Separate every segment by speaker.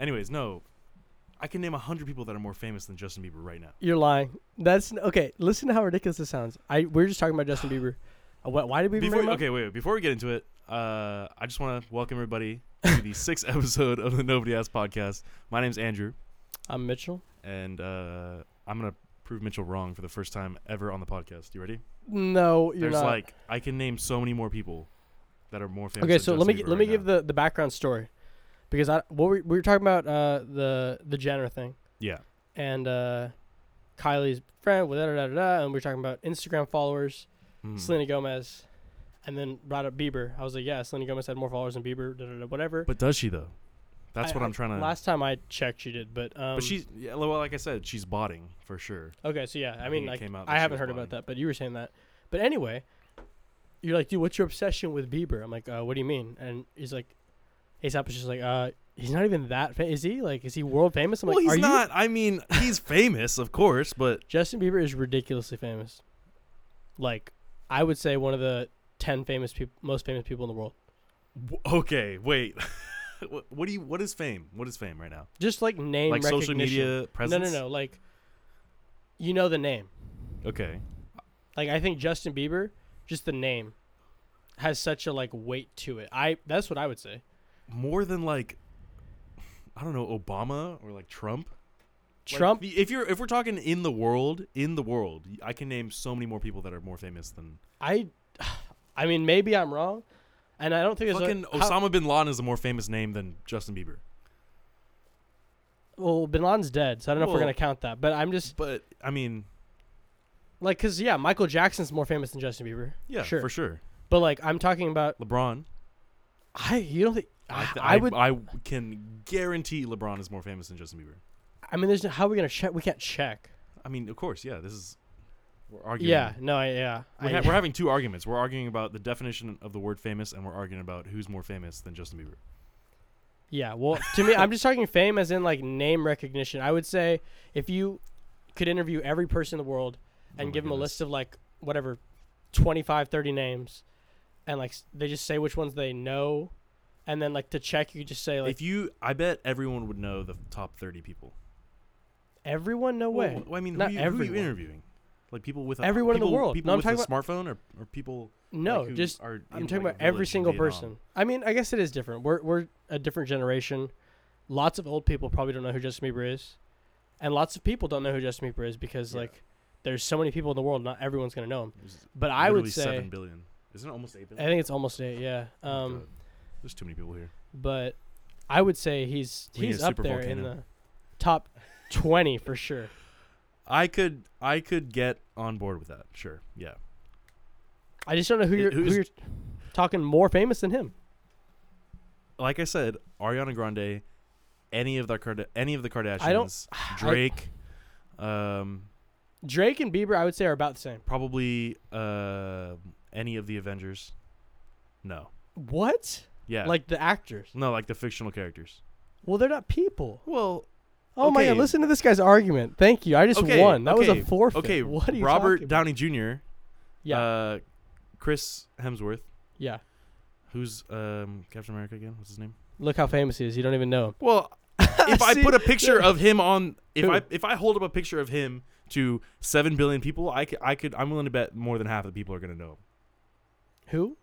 Speaker 1: Anyways, no, I can name hundred people that are more famous than Justin Bieber right now.
Speaker 2: You're lying. That's okay. Listen to how ridiculous this sounds. I we're just talking about Justin Bieber. Uh, wh- why did we
Speaker 1: Before,
Speaker 2: bring him up?
Speaker 1: okay, wait, wait. Before we get into it, uh, I just want to welcome everybody to the sixth episode of the Nobody Asked podcast. My name's Andrew,
Speaker 2: I'm Mitchell.
Speaker 1: and uh, I'm gonna prove Mitchell wrong for the first time ever on the podcast. You ready?
Speaker 2: No, you're
Speaker 1: There's
Speaker 2: not.
Speaker 1: like I can name so many more people that are more famous.
Speaker 2: okay,
Speaker 1: than
Speaker 2: so
Speaker 1: Justin
Speaker 2: let me
Speaker 1: Bieber
Speaker 2: gi- let
Speaker 1: right
Speaker 2: me
Speaker 1: now.
Speaker 2: give the, the background story, because I what we, we were talking about uh, the the Jenner thing
Speaker 1: yeah.
Speaker 2: and uh, Kylie's friend, well, da, da, da, da, da, and we were talking about Instagram followers,
Speaker 1: Hmm.
Speaker 2: Selena Gomez, and then brought up Bieber. I was like, yeah, Selena Gomez had more followers than Bieber, da, da, da, whatever.
Speaker 1: But does she though? That's
Speaker 2: I-
Speaker 1: what
Speaker 2: I-
Speaker 1: I'm trying to.
Speaker 2: Last time I checked, she did, but um,
Speaker 1: but she's yeah, well, like I said, she's botting for sure.
Speaker 2: Okay, so yeah,
Speaker 1: I
Speaker 2: I,
Speaker 1: think
Speaker 2: mean,
Speaker 1: it
Speaker 2: like,
Speaker 1: came out that
Speaker 2: I
Speaker 1: she
Speaker 2: haven't
Speaker 1: was
Speaker 2: heard
Speaker 1: blind.
Speaker 2: about that, but you were saying that. But anyway, you're like, dude, what's your obsession with Bieber? I'm like, uh, what do you mean? And he's like, ASAP is just like, uh, he's not even that famous. Is he? Like, is he world famous? I'm
Speaker 1: well,
Speaker 2: like,
Speaker 1: he's
Speaker 2: are you?
Speaker 1: not. I mean, he's famous, of course, but
Speaker 2: Justin Bieber is ridiculously famous. Like, I would say one of the ten famous people, most famous people in the world.
Speaker 1: w- okay, wait. Wh- what do you? What is fame? What is fame right now?
Speaker 2: Just like name
Speaker 1: like
Speaker 2: recognition.
Speaker 1: social media
Speaker 2: No,
Speaker 1: presence.
Speaker 2: no, no. Like, you know the name.
Speaker 1: no. Okay.
Speaker 2: Like I think Justin Bieber, just the name, has such a like weight to it. I that's what I would say.
Speaker 1: More than like, I don't know, Obama or like Trump. Like,
Speaker 2: Trump,
Speaker 1: the- if you're if we're talking in the world, in the world, y- I can name so many more people that are more famous than
Speaker 2: I, I mean maybe I'm wrong, and I don't think there's
Speaker 1: fucking
Speaker 2: a, how-
Speaker 1: Osama bin Laden is a more famous name than Justin Bieber.
Speaker 2: well Bin Laden's dead, so I don't know if we're
Speaker 1: Well-
Speaker 2: gonna count that. But I'm just
Speaker 1: But I mean,
Speaker 2: like, cause yeah, Michael Jackson's more famous than Justin Bieber.
Speaker 1: yeah,
Speaker 2: Sure.
Speaker 1: for sure.
Speaker 2: But like I'm talking about
Speaker 1: LeBron.
Speaker 2: I you don't think I,
Speaker 1: I, th-
Speaker 2: I would I,
Speaker 1: I can guarantee LeBron is more famous than Justin Bieber.
Speaker 2: mean there's no, how are we gonna check we can't check.
Speaker 1: I mean, of course, yeah. This is we're arguing.
Speaker 2: Yeah no I, yeah
Speaker 1: We're,
Speaker 2: I-
Speaker 1: ha- we're having two arguments. We're arguing about the definition of the word famous, and we're arguing about who's more famous than Justin Bieber.
Speaker 2: Yeah, well, to me, I'm just talking fame as in like name recognition. I would say if you could interview every person in the world
Speaker 1: Oh
Speaker 2: and
Speaker 1: my
Speaker 2: give them a
Speaker 1: goodness.
Speaker 2: list of like whatever 25, 30 names, and like s- they just say which ones they know, and then like to check, you just say like
Speaker 1: if you, I bet everyone would know the top thirty people.
Speaker 2: everyone, no way.
Speaker 1: Well, I mean,
Speaker 2: Not
Speaker 1: who, you, who you
Speaker 2: everyone.
Speaker 1: interviewing? Like people with a,
Speaker 2: Everyone in the
Speaker 1: people-
Speaker 2: world.
Speaker 1: People
Speaker 2: No, I'm
Speaker 1: with a
Speaker 2: talking
Speaker 1: smartphone, or, or people.
Speaker 2: no,
Speaker 1: like, who
Speaker 2: just
Speaker 1: Are in,
Speaker 2: I'm talking
Speaker 1: like,
Speaker 2: about
Speaker 1: a
Speaker 2: every
Speaker 1: village in
Speaker 2: single
Speaker 1: Vietnam.
Speaker 2: person. I mean, I guess it is different. We're we're a different generation. Lots of old people probably don't know who Justin Bieber is, and lots of people don't know who Justin Bieber is because
Speaker 1: Yeah.
Speaker 2: like there's so many people in the world, not everyone's gonna know him.
Speaker 1: There's
Speaker 2: But I
Speaker 1: literally
Speaker 2: would
Speaker 1: seven
Speaker 2: say
Speaker 1: billion. Isn't it almost eight
Speaker 2: I
Speaker 1: billion?
Speaker 2: think it's almost eight, yeah.
Speaker 1: Oh my
Speaker 2: Um,
Speaker 1: God. There's too many people here.
Speaker 2: but I would say he's
Speaker 1: We need
Speaker 2: he's
Speaker 1: a
Speaker 2: up
Speaker 1: super
Speaker 2: there in
Speaker 1: volcano.
Speaker 2: the top twenty for sure.
Speaker 1: I could, I could get on board with that. Sure, yeah.
Speaker 2: I just don't know who
Speaker 1: Who-
Speaker 2: you're
Speaker 1: who's-
Speaker 2: who you're talking more famous than him.
Speaker 1: like I said, Ariana Grande, any of the Card- any of the
Speaker 2: I don't-
Speaker 1: Kardashians,
Speaker 2: I-
Speaker 1: Drake, um,
Speaker 2: Drake and Bieber, I would say, are about the same.
Speaker 1: probably uh, any of the Avengers. No,
Speaker 2: What?
Speaker 1: yeah,
Speaker 2: Like the actors?
Speaker 1: no, like the fictional characters.
Speaker 2: Well, they're not people.
Speaker 1: Well,
Speaker 2: Oh my god,
Speaker 1: Okay.
Speaker 2: listen to this guy's argument. Thank you. I just
Speaker 1: okay,
Speaker 2: won. That
Speaker 1: okay,
Speaker 2: was a forfeit.
Speaker 1: Okay,
Speaker 2: what are you
Speaker 1: Robert
Speaker 2: talking about?
Speaker 1: Downey Jr.
Speaker 2: Yeah,
Speaker 1: uh, Chris Hemsworth,
Speaker 2: yeah.
Speaker 1: who's um, Captain America again? What's his name?
Speaker 2: Look how famous he is. You don't even know him.
Speaker 1: Well, if I
Speaker 2: See?
Speaker 1: put a picture of him on, if
Speaker 2: Who?
Speaker 1: I if I hold up a picture of him to seven billion people, I could, I could, I'm willing to bet more than half of the people are gonna know him.
Speaker 2: Who?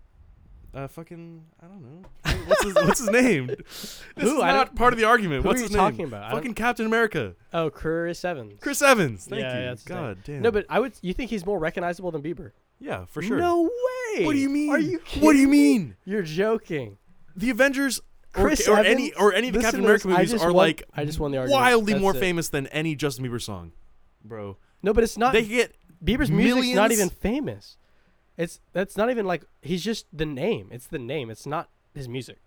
Speaker 1: Uh, fucking, I don't know. What's his, what's his name? This
Speaker 2: Who?
Speaker 1: is
Speaker 2: I
Speaker 1: not
Speaker 2: don't-
Speaker 1: part of the argument.
Speaker 2: Who
Speaker 1: what's
Speaker 2: are you
Speaker 1: his
Speaker 2: talking
Speaker 1: name?
Speaker 2: about? I don't-
Speaker 1: Fucking Captain America,
Speaker 2: oh, Chris Evans.
Speaker 1: Chris Evans. Thank
Speaker 2: Yeah,
Speaker 1: you.
Speaker 2: yeah, that's his name.
Speaker 1: God damn.
Speaker 2: No, but I would. You think he's more recognizable than Bieber?
Speaker 1: yeah, for sure.
Speaker 2: No way.
Speaker 1: What do you mean?
Speaker 2: Are you?
Speaker 1: What do you
Speaker 2: kidding me?
Speaker 1: mean?
Speaker 2: You're joking.
Speaker 1: The Avengers. or-
Speaker 2: Chris
Speaker 1: or, any
Speaker 2: Evans?
Speaker 1: or any of the Captain
Speaker 2: Listen to this.
Speaker 1: America
Speaker 2: I
Speaker 1: movies
Speaker 2: just
Speaker 1: are
Speaker 2: won-
Speaker 1: like
Speaker 2: I just won the argument.
Speaker 1: wildly more
Speaker 2: That's it.
Speaker 1: famous than any Justin Bieber song, bro.
Speaker 2: No, but it's not.
Speaker 1: They get
Speaker 2: Bieber's music's not
Speaker 1: millions-
Speaker 2: even famous. It's that's not even like he's just the name. It's the name. It's not his music.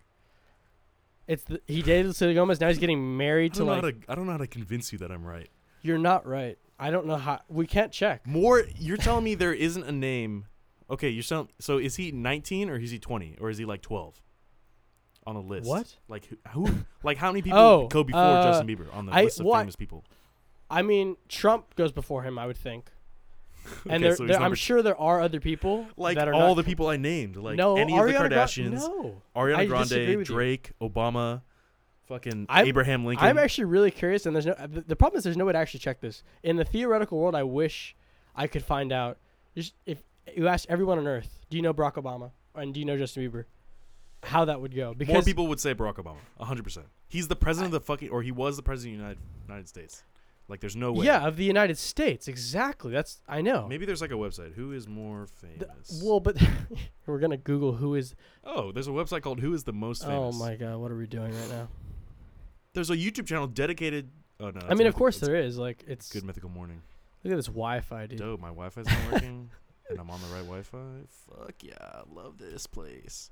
Speaker 2: It's the, he dated Selena Gomez. Now he's getting married
Speaker 1: I
Speaker 2: to
Speaker 1: don't, know
Speaker 2: like.
Speaker 1: how to, I don't know how to convince you that I'm right.
Speaker 2: You're not right. I don't know how. We can't check.
Speaker 1: More, you're telling me there isn't a name. Okay, you're telling. So is he 19 or is he 20 or is he like 12 on the list?
Speaker 2: What?
Speaker 1: Like who? who like how many people
Speaker 2: Oh,
Speaker 1: go before
Speaker 2: uh,
Speaker 1: Justin Bieber on the
Speaker 2: I-
Speaker 1: list of
Speaker 2: what-
Speaker 1: famous people?
Speaker 2: I mean, Trump goes before him. I would think. And
Speaker 1: Okay,
Speaker 2: there,
Speaker 1: so he's
Speaker 2: there- I'm
Speaker 1: number-
Speaker 2: sure there are other people
Speaker 1: Like
Speaker 2: that are
Speaker 1: all
Speaker 2: not-
Speaker 1: the people I named, like
Speaker 2: no
Speaker 1: any
Speaker 2: Ariana
Speaker 1: of the
Speaker 2: Gra-
Speaker 1: Kardashians,
Speaker 2: no, I
Speaker 1: Ariana
Speaker 2: disagree
Speaker 1: Grande,
Speaker 2: with you.
Speaker 1: Drake, Obama, Fucking
Speaker 2: I'm-
Speaker 1: Abraham Lincoln.
Speaker 2: I'm actually really curious, and there's no. The, the problem is there's no way to actually check this. In the theoretical world, I wish I could find out. Just if you asked everyone on Earth, do you know Barack Obama and do you know Justin Bieber, how that would go? Because
Speaker 1: More people would say Barack Obama. 100%. He's the president of the fucking, or he was the president of the United, United States. Like, there's no way.
Speaker 2: yeah, of the United States, exactly. That's I know.
Speaker 1: Maybe there's like a website. Who is more
Speaker 2: The-
Speaker 1: famous?
Speaker 2: well, but we're gonna Google who is.
Speaker 1: oh, there's a website called Who is the Most Famous.
Speaker 2: Oh my God, what are we doing right now?
Speaker 1: There's a YouTube channel dedicated. Oh, no.
Speaker 2: I mean, of course there is. Like it's
Speaker 1: Good Mythical Morning.
Speaker 2: look at this Wi-Fi, dude.
Speaker 1: Dope. My Wi Fi's not working, and I'm on the right Wi Fi. Fuck yeah. Love this place.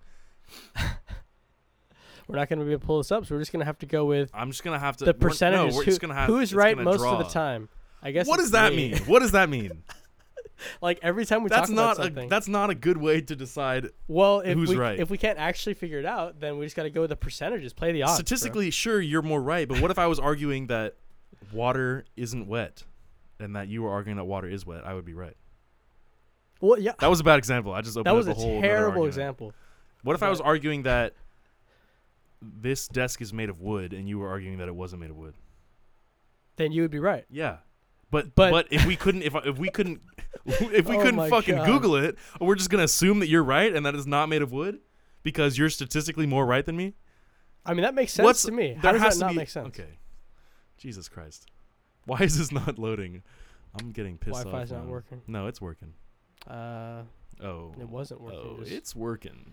Speaker 2: We're not gonna be able to pull this up, so we're just gonna have to go with
Speaker 1: I'm just going to have to.
Speaker 2: the
Speaker 1: we're- no,
Speaker 2: percentages.
Speaker 1: we're
Speaker 2: who,
Speaker 1: just gonna have,
Speaker 2: who's
Speaker 1: it's
Speaker 2: right
Speaker 1: gonna
Speaker 2: most of
Speaker 1: draw.
Speaker 2: the time? I guess.
Speaker 1: What
Speaker 2: it's
Speaker 1: does that
Speaker 2: me.
Speaker 1: mean? What does that mean?
Speaker 2: Like every time we
Speaker 1: that's
Speaker 2: talk about
Speaker 1: not a,
Speaker 2: something.
Speaker 1: that's not a good way to decide
Speaker 2: well, if
Speaker 1: who's
Speaker 2: we
Speaker 1: right.
Speaker 2: if we can't actually figure it out, then we just got to go with the percentages. Play the odds. bro.
Speaker 1: Statistically, sure, you're more right, but what if I was arguing that water isn't wet and that you were arguing that water is wet? I would be right.
Speaker 2: Well, yeah,
Speaker 1: That was a bad example. I just opened
Speaker 2: that was a
Speaker 1: up a whole another
Speaker 2: terrible
Speaker 1: argument.
Speaker 2: example.
Speaker 1: What if I
Speaker 2: but-
Speaker 1: was arguing that this desk is made of wood and you were arguing that it wasn't made of wood?
Speaker 2: Then you would be right.
Speaker 1: Yeah. But, but
Speaker 2: But-
Speaker 1: if we couldn't if I- if we couldn't if we
Speaker 2: Oh
Speaker 1: couldn't
Speaker 2: my
Speaker 1: fucking
Speaker 2: God.
Speaker 1: Google it, we're just gonna assume that you're right and that it's not made of wood because you're statistically more right than me.
Speaker 2: I mean, that makes sense to me. How
Speaker 1: there
Speaker 2: does
Speaker 1: has
Speaker 2: that
Speaker 1: to
Speaker 2: not
Speaker 1: be-
Speaker 2: make sense?
Speaker 1: Okay. Jesus Christ. Why is this not loading? I'm getting pissed off.
Speaker 2: Wi-Fi's not
Speaker 1: now.
Speaker 2: working.
Speaker 1: No, it's working.
Speaker 2: Uh,
Speaker 1: Oh.
Speaker 2: it wasn't working.
Speaker 1: Oh,
Speaker 2: just-
Speaker 1: it's working.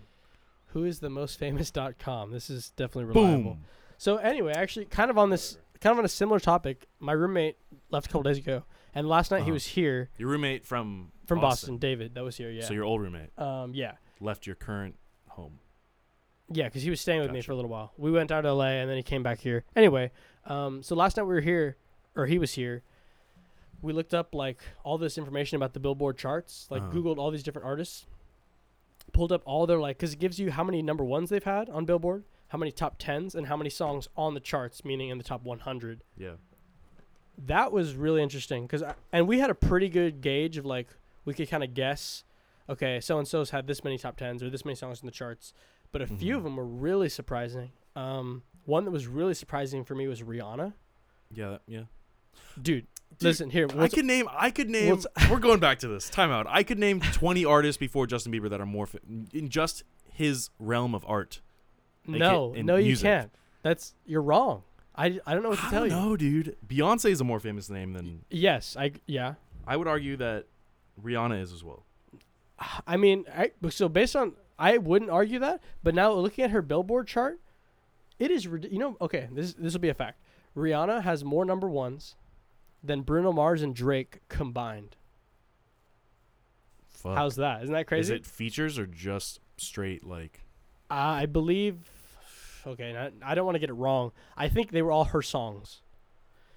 Speaker 2: who is the most famous dot com? This is definitely reliable.
Speaker 1: Boom.
Speaker 2: So anyway, actually, kind of on this, kind of on a similar topic. My roommate left a couple days ago, and last night he
Speaker 1: Uh-huh.
Speaker 2: was here
Speaker 1: Your roommate from
Speaker 2: from Boston. David, that was here. Yeah.
Speaker 1: So your old roommate
Speaker 2: um. Yeah.
Speaker 1: left your current home.
Speaker 2: Yeah, because he was staying with me
Speaker 1: Gotcha.
Speaker 2: for a little while. We went out to LA and then he came back here. Anyway, um, so last night we were here, or he was here. We looked up like all this information about the Billboard charts, like
Speaker 1: Uh-huh.
Speaker 2: Googled all these different artists, pulled up all their like, because it gives you how many number ones they've had on Billboard, how many top tens, and how many songs on the charts, meaning in the top 100.
Speaker 1: Yeah.
Speaker 2: That was really interesting because, and we had a pretty good gauge of like we could kind of guess, okay, so and so's had this many top tens or this many songs in the charts, but a few
Speaker 1: Mhm.
Speaker 2: of them were really surprising. Um, one that was really surprising for me was Rihanna,
Speaker 1: Yeah. that- Yeah.
Speaker 2: dude. listen here,
Speaker 1: I
Speaker 2: what's-
Speaker 1: could name. I could name. we're going back to this timeout. I could name 20 artists before Justin Bieber that are more fa- in just his realm of art. they can't-
Speaker 2: no,
Speaker 1: in
Speaker 2: no, you
Speaker 1: music.
Speaker 2: can't. That's you're wrong. I, I don't know what to
Speaker 1: I
Speaker 2: tell
Speaker 1: don't
Speaker 2: you.
Speaker 1: know, dude. Beyonce is a more famous name than
Speaker 2: Yes, I yeah.
Speaker 1: I would argue that Rihanna is as well.
Speaker 2: I mean, I, so based on I wouldn't argue that, but now looking at her Billboard chart, it is rid- you know okay this this will be a fact. Rihanna has more number ones than Bruno Mars and Drake combined.
Speaker 1: Fuck.
Speaker 2: How's that? Isn't that
Speaker 1: Is
Speaker 2: crazy?
Speaker 1: it features or just straight like?
Speaker 2: I believe. Okay, and I, I don't want to get it wrong. I think they were all her songs,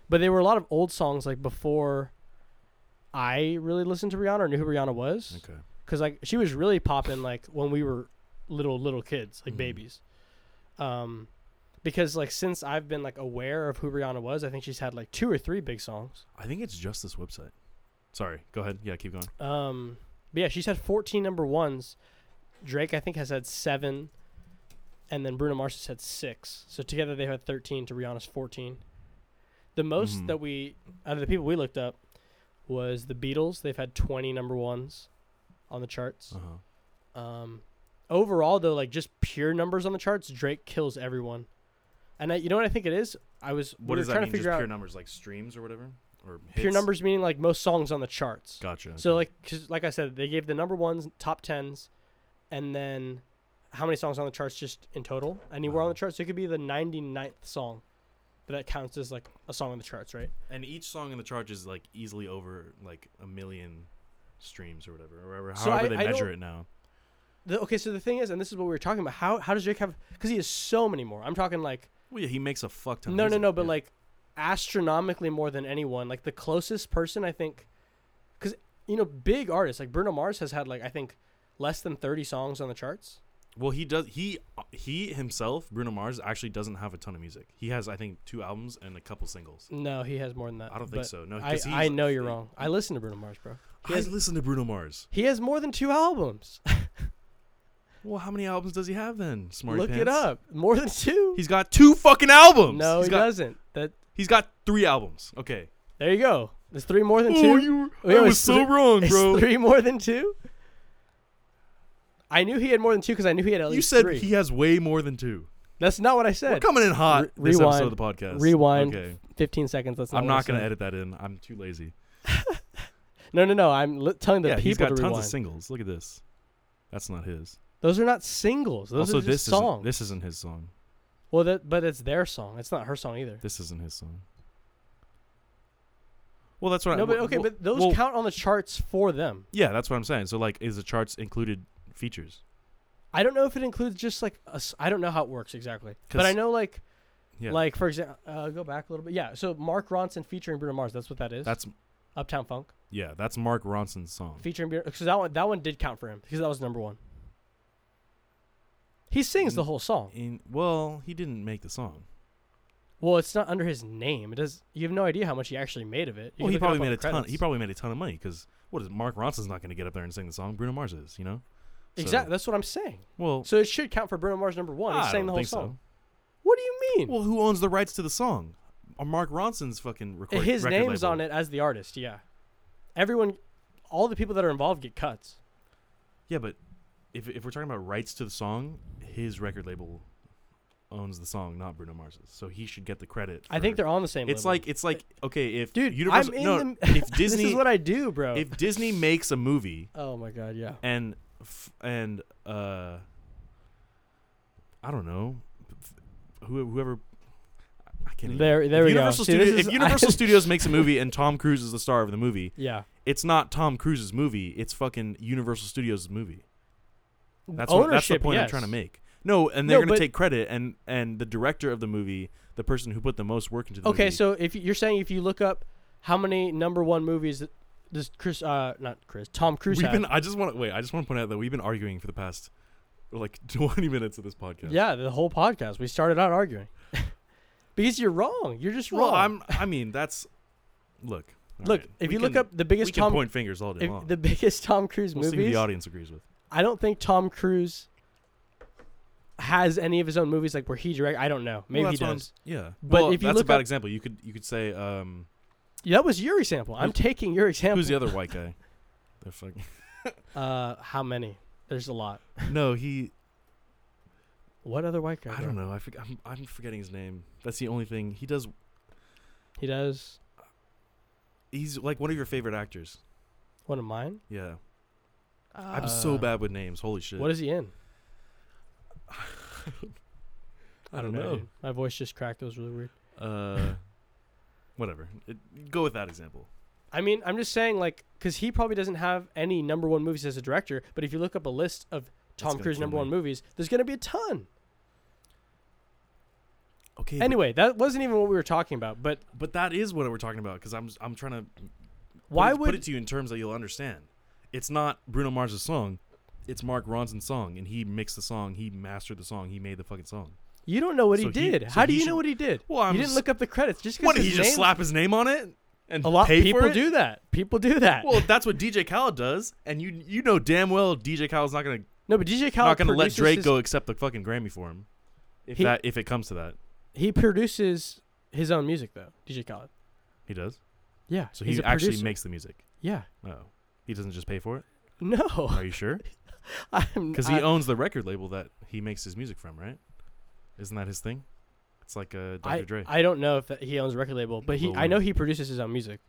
Speaker 2: but they were a lot of old songs like before. I really listened to Rihanna or knew who Rihanna was.
Speaker 1: Okay.
Speaker 2: because like she was really popping like when we were little little kids like
Speaker 1: Mhm.
Speaker 2: babies um because like since i've been like aware of who rihanna was i think she's had like two or three big songs
Speaker 1: I think it's just this website. Sorry. Go ahead. Yeah, keep going.
Speaker 2: um but yeah she's had 14 number ones drake i think has had seven and then bruno mars has had six so together they had 13 to rihanna's 14 the most
Speaker 1: Mhm.
Speaker 2: that we out of the people we looked up was the beatles they've had 20 number ones on the charts
Speaker 1: Uh huh.
Speaker 2: Um, overall, though, like just pure numbers on the charts, Drake kills everyone. And I, you know what I think it is? I was we
Speaker 1: What
Speaker 2: were
Speaker 1: does that
Speaker 2: trying
Speaker 1: mean?
Speaker 2: to
Speaker 1: Just
Speaker 2: figure
Speaker 1: pure
Speaker 2: out
Speaker 1: numbers like streams or whatever, or
Speaker 2: pure
Speaker 1: hits?
Speaker 2: numbers meaning like most songs on the charts.
Speaker 1: Gotcha.
Speaker 2: So
Speaker 1: okay.
Speaker 2: like, cause like I said, they gave the number ones, top tens, and then how many songs on the charts just in total? Anywhere
Speaker 1: Wow.
Speaker 2: on the charts, so it could be the 99th song, but that counts as like a song on the charts, right?
Speaker 1: and each song in the chart is like easily over like a million streams or whatever, or however,
Speaker 2: So
Speaker 1: however
Speaker 2: I-
Speaker 1: they
Speaker 2: I
Speaker 1: measure
Speaker 2: don't-
Speaker 1: it now.
Speaker 2: The, okay, so the thing is, and this is what we were talking about. How how does Drake have? Because he has so many more. I'm talking like
Speaker 1: Well, yeah, he makes a fuck ton. of
Speaker 2: No, no,
Speaker 1: music.
Speaker 2: no, but
Speaker 1: Yeah.
Speaker 2: like astronomically more than anyone. Like the closest person I think cuz you know, big artists like Bruno Mars has had like I think less than 30 songs on the charts.
Speaker 1: Well, he does. He he himself, Bruno Mars, actually doesn't have a ton of music. He has, I think, two albums and a couple singles.
Speaker 2: No, he has more than that.
Speaker 1: I don't think
Speaker 2: but
Speaker 1: so. No,
Speaker 2: I,
Speaker 1: 'cause
Speaker 2: I
Speaker 1: he's-
Speaker 2: know you're wrong. I listen to Bruno Mars, bro. He
Speaker 1: I
Speaker 2: has,
Speaker 1: listen to Bruno Mars.
Speaker 2: he has more than two albums.
Speaker 1: Well, how many albums does he have then, Smarty
Speaker 2: Look it
Speaker 1: Pants?
Speaker 2: up. More than two.
Speaker 1: He's got two fucking albums.
Speaker 2: no,
Speaker 1: He's
Speaker 2: he
Speaker 1: got,
Speaker 2: doesn't. That
Speaker 1: He's got three albums. Okay.
Speaker 2: there you go. There's three more than two.
Speaker 1: Oh, you
Speaker 2: Wait,
Speaker 1: I
Speaker 2: it
Speaker 1: was
Speaker 2: was
Speaker 1: so
Speaker 2: three-
Speaker 1: wrong,
Speaker 2: It's
Speaker 1: bro.
Speaker 2: three more than two. I knew he had more than two because I knew he had at least
Speaker 1: You said
Speaker 2: three.
Speaker 1: he has way more than two.
Speaker 2: That's not what I
Speaker 1: We're
Speaker 2: said.
Speaker 1: coming in hot
Speaker 2: Re-
Speaker 1: this episode
Speaker 2: rewind.
Speaker 1: of the podcast.
Speaker 2: Rewind.
Speaker 1: Okay.
Speaker 2: Fifteen seconds. That's not
Speaker 1: I'm
Speaker 2: what I
Speaker 1: not going to
Speaker 2: said.
Speaker 1: edit that in. I'm too lazy.
Speaker 2: No, no, no. I'm li- telling the
Speaker 1: yeah,
Speaker 2: people
Speaker 1: he's got
Speaker 2: to
Speaker 1: tons
Speaker 2: rewind.
Speaker 1: of singles. Look at this. That's not his.
Speaker 2: Those are not singles. Those
Speaker 1: also,
Speaker 2: are just
Speaker 1: this
Speaker 2: songs.
Speaker 1: isn't, this isn't his song.
Speaker 2: Well, that but it's their song. It's not her song either.
Speaker 1: This isn't his song. Well, that's right.
Speaker 2: No, but okay, but those
Speaker 1: well-
Speaker 2: count on the charts for them.
Speaker 1: yeah, that's what I'm saying. So, like, is the charts included features?
Speaker 2: I don't know if it includes just like a s- I don't know how it works exactly, but
Speaker 1: 'Cause-
Speaker 2: I know like
Speaker 1: Yeah,
Speaker 2: like for example, uh, go back a little bit. Yeah, so Mark Ronson featuring Bruno Mars. That's what that is.
Speaker 1: that's
Speaker 2: Uptown Funk
Speaker 1: yeah, that's Mark Ronson's song.
Speaker 2: featuring Bruno. Because that one that one did count for him because that was number one. He sings the whole song.
Speaker 1: In, well, he didn't make the song.
Speaker 2: Well, it's not under his name. It does. You have no idea how much he actually made of it.
Speaker 1: Well, he
Speaker 2: You can look it up
Speaker 1: probably
Speaker 2: on
Speaker 1: made
Speaker 2: the
Speaker 1: a ton.
Speaker 2: credits.
Speaker 1: He probably made a ton of money because what is Mark Ronson's not going to get up there and sing the song. Bruno Mars is, you know. So-
Speaker 2: exactly. That's what I'm saying.
Speaker 1: Well,
Speaker 2: So it should count for Bruno Mars number one. He
Speaker 1: I
Speaker 2: sang
Speaker 1: don't
Speaker 2: the whole
Speaker 1: think so.
Speaker 2: song. What do you mean?
Speaker 1: Well, who owns the rights to the song? Uh, Mark Ronson's fucking record.
Speaker 2: His
Speaker 1: record
Speaker 2: name's
Speaker 1: label.
Speaker 2: on it as the artist. Yeah, everyone, all the people that are involved get cuts.
Speaker 1: Yeah, but if if we're talking about rights to the song, his record label owns the song, not Bruno Mars's. So he should get the credit.
Speaker 2: I think
Speaker 1: for-
Speaker 2: they're on the same.
Speaker 1: It's
Speaker 2: label.
Speaker 1: like it's like okay if
Speaker 2: dude,
Speaker 1: Universal,
Speaker 2: I'm in
Speaker 1: no,
Speaker 2: the.
Speaker 1: if
Speaker 2: this is
Speaker 1: Disney
Speaker 2: what I do, bro.
Speaker 1: if Disney makes a movie
Speaker 2: oh my god, yeah.
Speaker 1: and f- and uh I don't know who- whoever I can't even-
Speaker 2: There, there
Speaker 1: if
Speaker 2: we
Speaker 1: Universal
Speaker 2: go. See, this
Speaker 1: Studios,
Speaker 2: is-
Speaker 1: if Universal Studios makes a movie and Tom Cruise is the star of the movie,
Speaker 2: yeah,
Speaker 1: it's not Tom Cruise's movie. It's fucking Universal Studios' movie. That's what,
Speaker 2: Ownership,
Speaker 1: that's the point I'm
Speaker 2: yes.
Speaker 1: trying to make. No, and they're
Speaker 2: No,
Speaker 1: gonna
Speaker 2: but-
Speaker 1: take credit, and and the director of the movie, the person who put the most work into the
Speaker 2: Okay,
Speaker 1: movie,
Speaker 2: so if you- you're saying if you look up how many number one movies that does Chris, uh, not Chris, Tom Cruise
Speaker 1: we've
Speaker 2: have?
Speaker 1: been. I just want to wait. I just want to point out that we've been arguing for the past like 20 minutes of this podcast.
Speaker 2: yeah, the whole podcast we started out arguing because you're wrong. You're just
Speaker 1: Well,
Speaker 2: wrong.
Speaker 1: I'm. I mean, that's. Look. all
Speaker 2: Look,
Speaker 1: right,
Speaker 2: if
Speaker 1: we
Speaker 2: you look
Speaker 1: can-
Speaker 2: up the
Speaker 1: we
Speaker 2: biggest
Speaker 1: can
Speaker 2: Tom,
Speaker 1: point fingers all day
Speaker 2: if
Speaker 1: long.
Speaker 2: the biggest Tom Cruise
Speaker 1: we'll see who
Speaker 2: movies,
Speaker 1: the audience agrees with.
Speaker 2: I don't think Tom Cruise has any of his own movies like where he direct. I don't know. Maybe
Speaker 1: Well,
Speaker 2: he
Speaker 1: that's what I'm-
Speaker 2: does.
Speaker 1: Yeah.
Speaker 2: But
Speaker 1: Well,
Speaker 2: if you
Speaker 1: that's a
Speaker 2: look
Speaker 1: bad
Speaker 2: up-
Speaker 1: example. You could you could say um,
Speaker 2: Yeah, that was your example. I'm
Speaker 1: Who's-
Speaker 2: taking your example.
Speaker 1: who's the other white guy? They're fucking.
Speaker 2: Uh, how many? There's a lot.
Speaker 1: No, he.
Speaker 2: What other white guy?
Speaker 1: I don't know. I forg I'm, I'm forgetting his name. That's the only thing he does.
Speaker 2: He does
Speaker 1: He's like one of your favorite actors.
Speaker 2: one of mine.
Speaker 1: Yeah, I'm so
Speaker 2: Uh,
Speaker 1: bad with names. Holy shit!
Speaker 2: What is he in?
Speaker 1: I don't
Speaker 2: dude. My voice just cracked. It was really weird.
Speaker 1: know. Uh, whatever. It, go with that example.
Speaker 2: I mean, I'm just saying, like, because he probably doesn't have any number one movies as a director. But if you look up a list of Tom
Speaker 1: gonna
Speaker 2: Cruise
Speaker 1: kill
Speaker 2: number
Speaker 1: me.
Speaker 2: one movies, there's gonna be a ton.
Speaker 1: Okay. but-
Speaker 2: Anyway, that wasn't even what we were talking about. But
Speaker 1: but, that is what we're talking about because I'm I'm trying to put
Speaker 2: why
Speaker 1: it-
Speaker 2: would
Speaker 1: put it to you in terms that you'll understand. It's not Bruno Mars's song. It's Mark Ronson's song, and he mixed the song. He mastered the song. He made the fucking song.
Speaker 2: You don't know what
Speaker 1: So
Speaker 2: he
Speaker 1: he-
Speaker 2: did.
Speaker 1: so
Speaker 2: How do
Speaker 1: he
Speaker 2: you
Speaker 1: should-
Speaker 2: know what he did?
Speaker 1: Well, I'm
Speaker 2: you didn't
Speaker 1: s-
Speaker 2: look up the credits just
Speaker 1: What
Speaker 2: because
Speaker 1: did he just slap his name on it and
Speaker 2: a lot
Speaker 1: pay
Speaker 2: people
Speaker 1: for it?
Speaker 2: do that. People do that.
Speaker 1: Well, that's what DJ Khaled does, and you you know damn well DJ Khaled's not gonna
Speaker 2: no, but DJ Khaled
Speaker 1: not gonna let
Speaker 2: produces
Speaker 1: Drake
Speaker 2: his-
Speaker 1: go accept the fucking Grammy for him. If
Speaker 2: He-
Speaker 1: that if it comes to that,
Speaker 2: He produces his own music though. DJ Khaled.
Speaker 1: he does.
Speaker 2: Yeah.
Speaker 1: So
Speaker 2: he's
Speaker 1: he
Speaker 2: a
Speaker 1: actually
Speaker 2: producer.
Speaker 1: makes the music.
Speaker 2: Yeah.
Speaker 1: Oh, he doesn't just pay for it.
Speaker 2: No.
Speaker 1: Are you sure?
Speaker 2: I'm
Speaker 1: Because
Speaker 2: I-
Speaker 1: he owns the record label that he makes his music from, right? Isn't that his thing? It's like uh, Dr.
Speaker 2: I,
Speaker 1: Dre.
Speaker 2: I don't know if that he owns a record label, but he
Speaker 1: Lil
Speaker 2: I know
Speaker 1: Wayne.
Speaker 2: he produces his own music.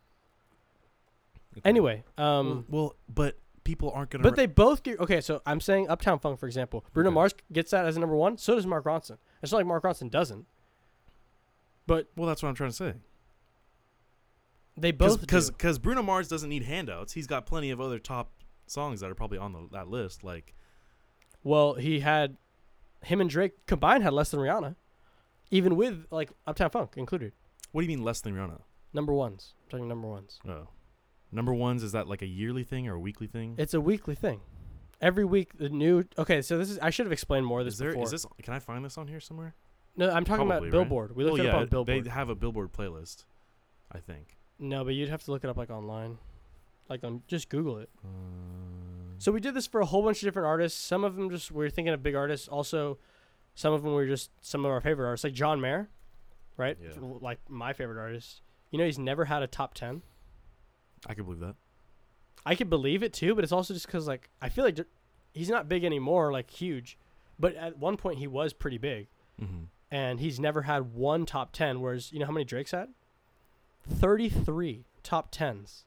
Speaker 1: Okay.
Speaker 2: Anyway,
Speaker 1: Well-
Speaker 2: um
Speaker 1: well, but people aren't gonna.
Speaker 2: but
Speaker 1: re-
Speaker 2: they both get okay, so I'm saying Uptown Funk for example. Bruno
Speaker 1: Okay.
Speaker 2: Mars gets that as a number 1, so does Mark Ronson. It's not like Mark Ronson doesn't. But
Speaker 1: well, that's what I'm trying to say.
Speaker 2: they both
Speaker 1: because
Speaker 2: do.
Speaker 1: because Bruno Mars doesn't need handouts. He's got plenty of other top songs that are probably on the, that list. Like
Speaker 2: Well, he had him and Drake combined had less than Rihanna, even with like Uptown Funk included.
Speaker 1: what do you mean less than Rihanna?
Speaker 2: Number ones. I'm talking number ones.
Speaker 1: Oh, number ones is that like a yearly thing or a weekly thing?
Speaker 2: It's a weekly thing. Every week the new okay, so this is I should have explained more of this
Speaker 1: Is there is
Speaker 2: before.
Speaker 1: this? Can I find this on here somewhere?
Speaker 2: no, I'm
Speaker 1: Probably,
Speaker 2: talking about
Speaker 1: right?
Speaker 2: Billboard. We looked
Speaker 1: well,
Speaker 2: it up
Speaker 1: Oh, yeah,
Speaker 2: on Billboard.
Speaker 1: they have a Billboard playlist. I think.
Speaker 2: no, but you'd have to look it up like online. Like on just Google it.
Speaker 1: Uh,
Speaker 2: So we did this for a whole bunch of different artists. Some of them just we were thinking of big artists. Also, some of them were just some of our favorite artists, like John Mayer, right?
Speaker 1: Yeah.
Speaker 2: Like my favorite artist. You know, he's never had a top ten.
Speaker 1: I can believe that.
Speaker 2: I could believe it too, but it's also just because like I feel like d- he's not big anymore, like huge, but at one point he was pretty big,
Speaker 1: Mm-hmm.
Speaker 2: and he's never had one top ten. Whereas you know how many Drake's had? Thirty-three top tens.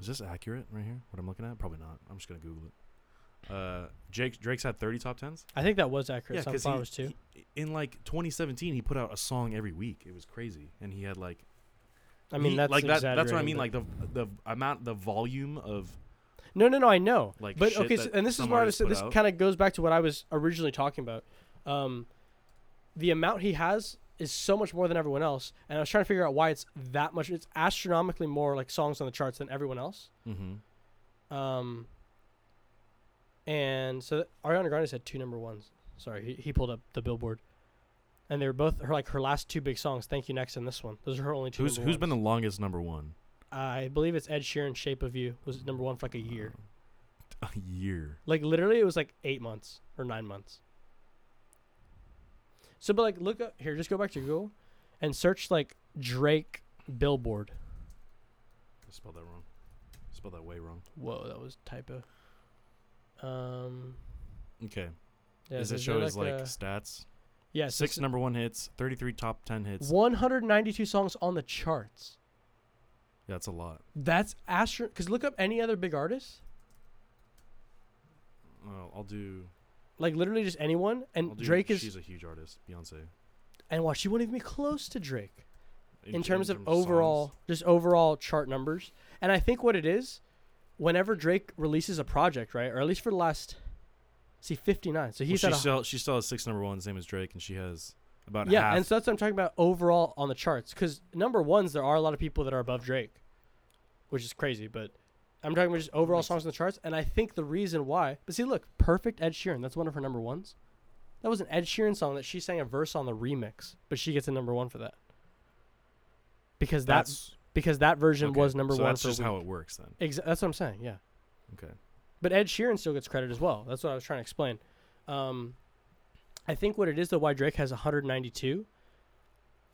Speaker 1: Is this accurate right here? What I'm looking at? Probably not. I'm just gonna Google it. Uh, Jake Drake's had 30 top tens.
Speaker 2: I think that was accurate.
Speaker 1: yeah,
Speaker 2: Sunflowers
Speaker 1: because
Speaker 2: too.
Speaker 1: in like 2017 he put out a song every week. It was crazy, and he had like
Speaker 2: I mean,
Speaker 1: he-
Speaker 2: that's
Speaker 1: like that. That's what I
Speaker 2: exaggerating,
Speaker 1: mean.
Speaker 2: but-
Speaker 1: Like the the amount, the volume of
Speaker 2: No, no, no. I know.
Speaker 1: Like
Speaker 2: but
Speaker 1: shit
Speaker 2: okay, so,
Speaker 1: that
Speaker 2: and this is
Speaker 1: some
Speaker 2: what I
Speaker 1: artists
Speaker 2: was.
Speaker 1: put
Speaker 2: This
Speaker 1: out.
Speaker 2: kind of goes back to what I was originally talking about. Um, the amount he has is so much more than everyone else, and I was trying to figure out why it's that much. It's astronomically more like songs on the charts than everyone else.
Speaker 1: mm-hmm.
Speaker 2: Um, and so Ariana Grande's had two number ones. Sorry, he, he pulled up the Billboard, and they were both her like her last two big songs. Thank you next and this one. Those are her only two.
Speaker 1: who's
Speaker 2: number
Speaker 1: who's been the
Speaker 2: ones.
Speaker 1: longest number one
Speaker 2: I believe it's Ed Sheeran. Shape of You was number one for like a year.
Speaker 1: a year.
Speaker 2: Like literally, it was like eight months or nine months. So, but like, look up here. Just go back to Google, and search like Drake Billboard.
Speaker 1: I spelled that wrong. I spelled that way wrong.
Speaker 2: Whoa, that was typo. Um,
Speaker 1: Okay.
Speaker 2: yeah,
Speaker 1: Is it
Speaker 2: there's
Speaker 1: show
Speaker 2: no,
Speaker 1: his like
Speaker 2: a-
Speaker 1: stats?
Speaker 2: yeah,
Speaker 1: Six
Speaker 2: six
Speaker 1: number one hits, 33 top 10 hits.
Speaker 2: one hundred ninety-two songs on the charts.
Speaker 1: Yeah, that's a lot.
Speaker 2: That's astro. Cause look up any other big artist,
Speaker 1: Well, I'll do.
Speaker 2: like literally just anyone,
Speaker 1: I'll
Speaker 2: and
Speaker 1: do
Speaker 2: Drake
Speaker 1: she's
Speaker 2: is.
Speaker 1: a huge artist, Beyonce.
Speaker 2: And watch, she won't even be close to Drake. in, terms, of
Speaker 1: songs.
Speaker 2: overall just overall chart numbers and i think what it is whenever drake releases a project right or at least for the last see 59 so
Speaker 1: Well,
Speaker 2: he's
Speaker 1: she
Speaker 2: at a,
Speaker 1: still she still has six number ones, same as Drake, and she has about
Speaker 2: yeah
Speaker 1: half.
Speaker 2: and so that's what i'm talking about overall on the charts because number ones there are a lot of people that are above drake which is crazy but i'm talking about just overall
Speaker 1: Makes
Speaker 2: songs on the charts and i think the reason why but see look perfect ed sheeran that's one of her number ones that was an ed sheeran song that she sang a verse on the remix but she gets a number one for that because that's
Speaker 1: that's
Speaker 2: because that version
Speaker 1: okay,
Speaker 2: was number
Speaker 1: so
Speaker 2: one
Speaker 1: That's
Speaker 2: for a
Speaker 1: just
Speaker 2: week.
Speaker 1: how it works then.
Speaker 2: Exa- that's what I'm saying. Yeah.
Speaker 1: Okay.
Speaker 2: But Ed Sheeran still gets credit as well. That's what I was trying to explain. Um, I think what it is though, why Drake has 192.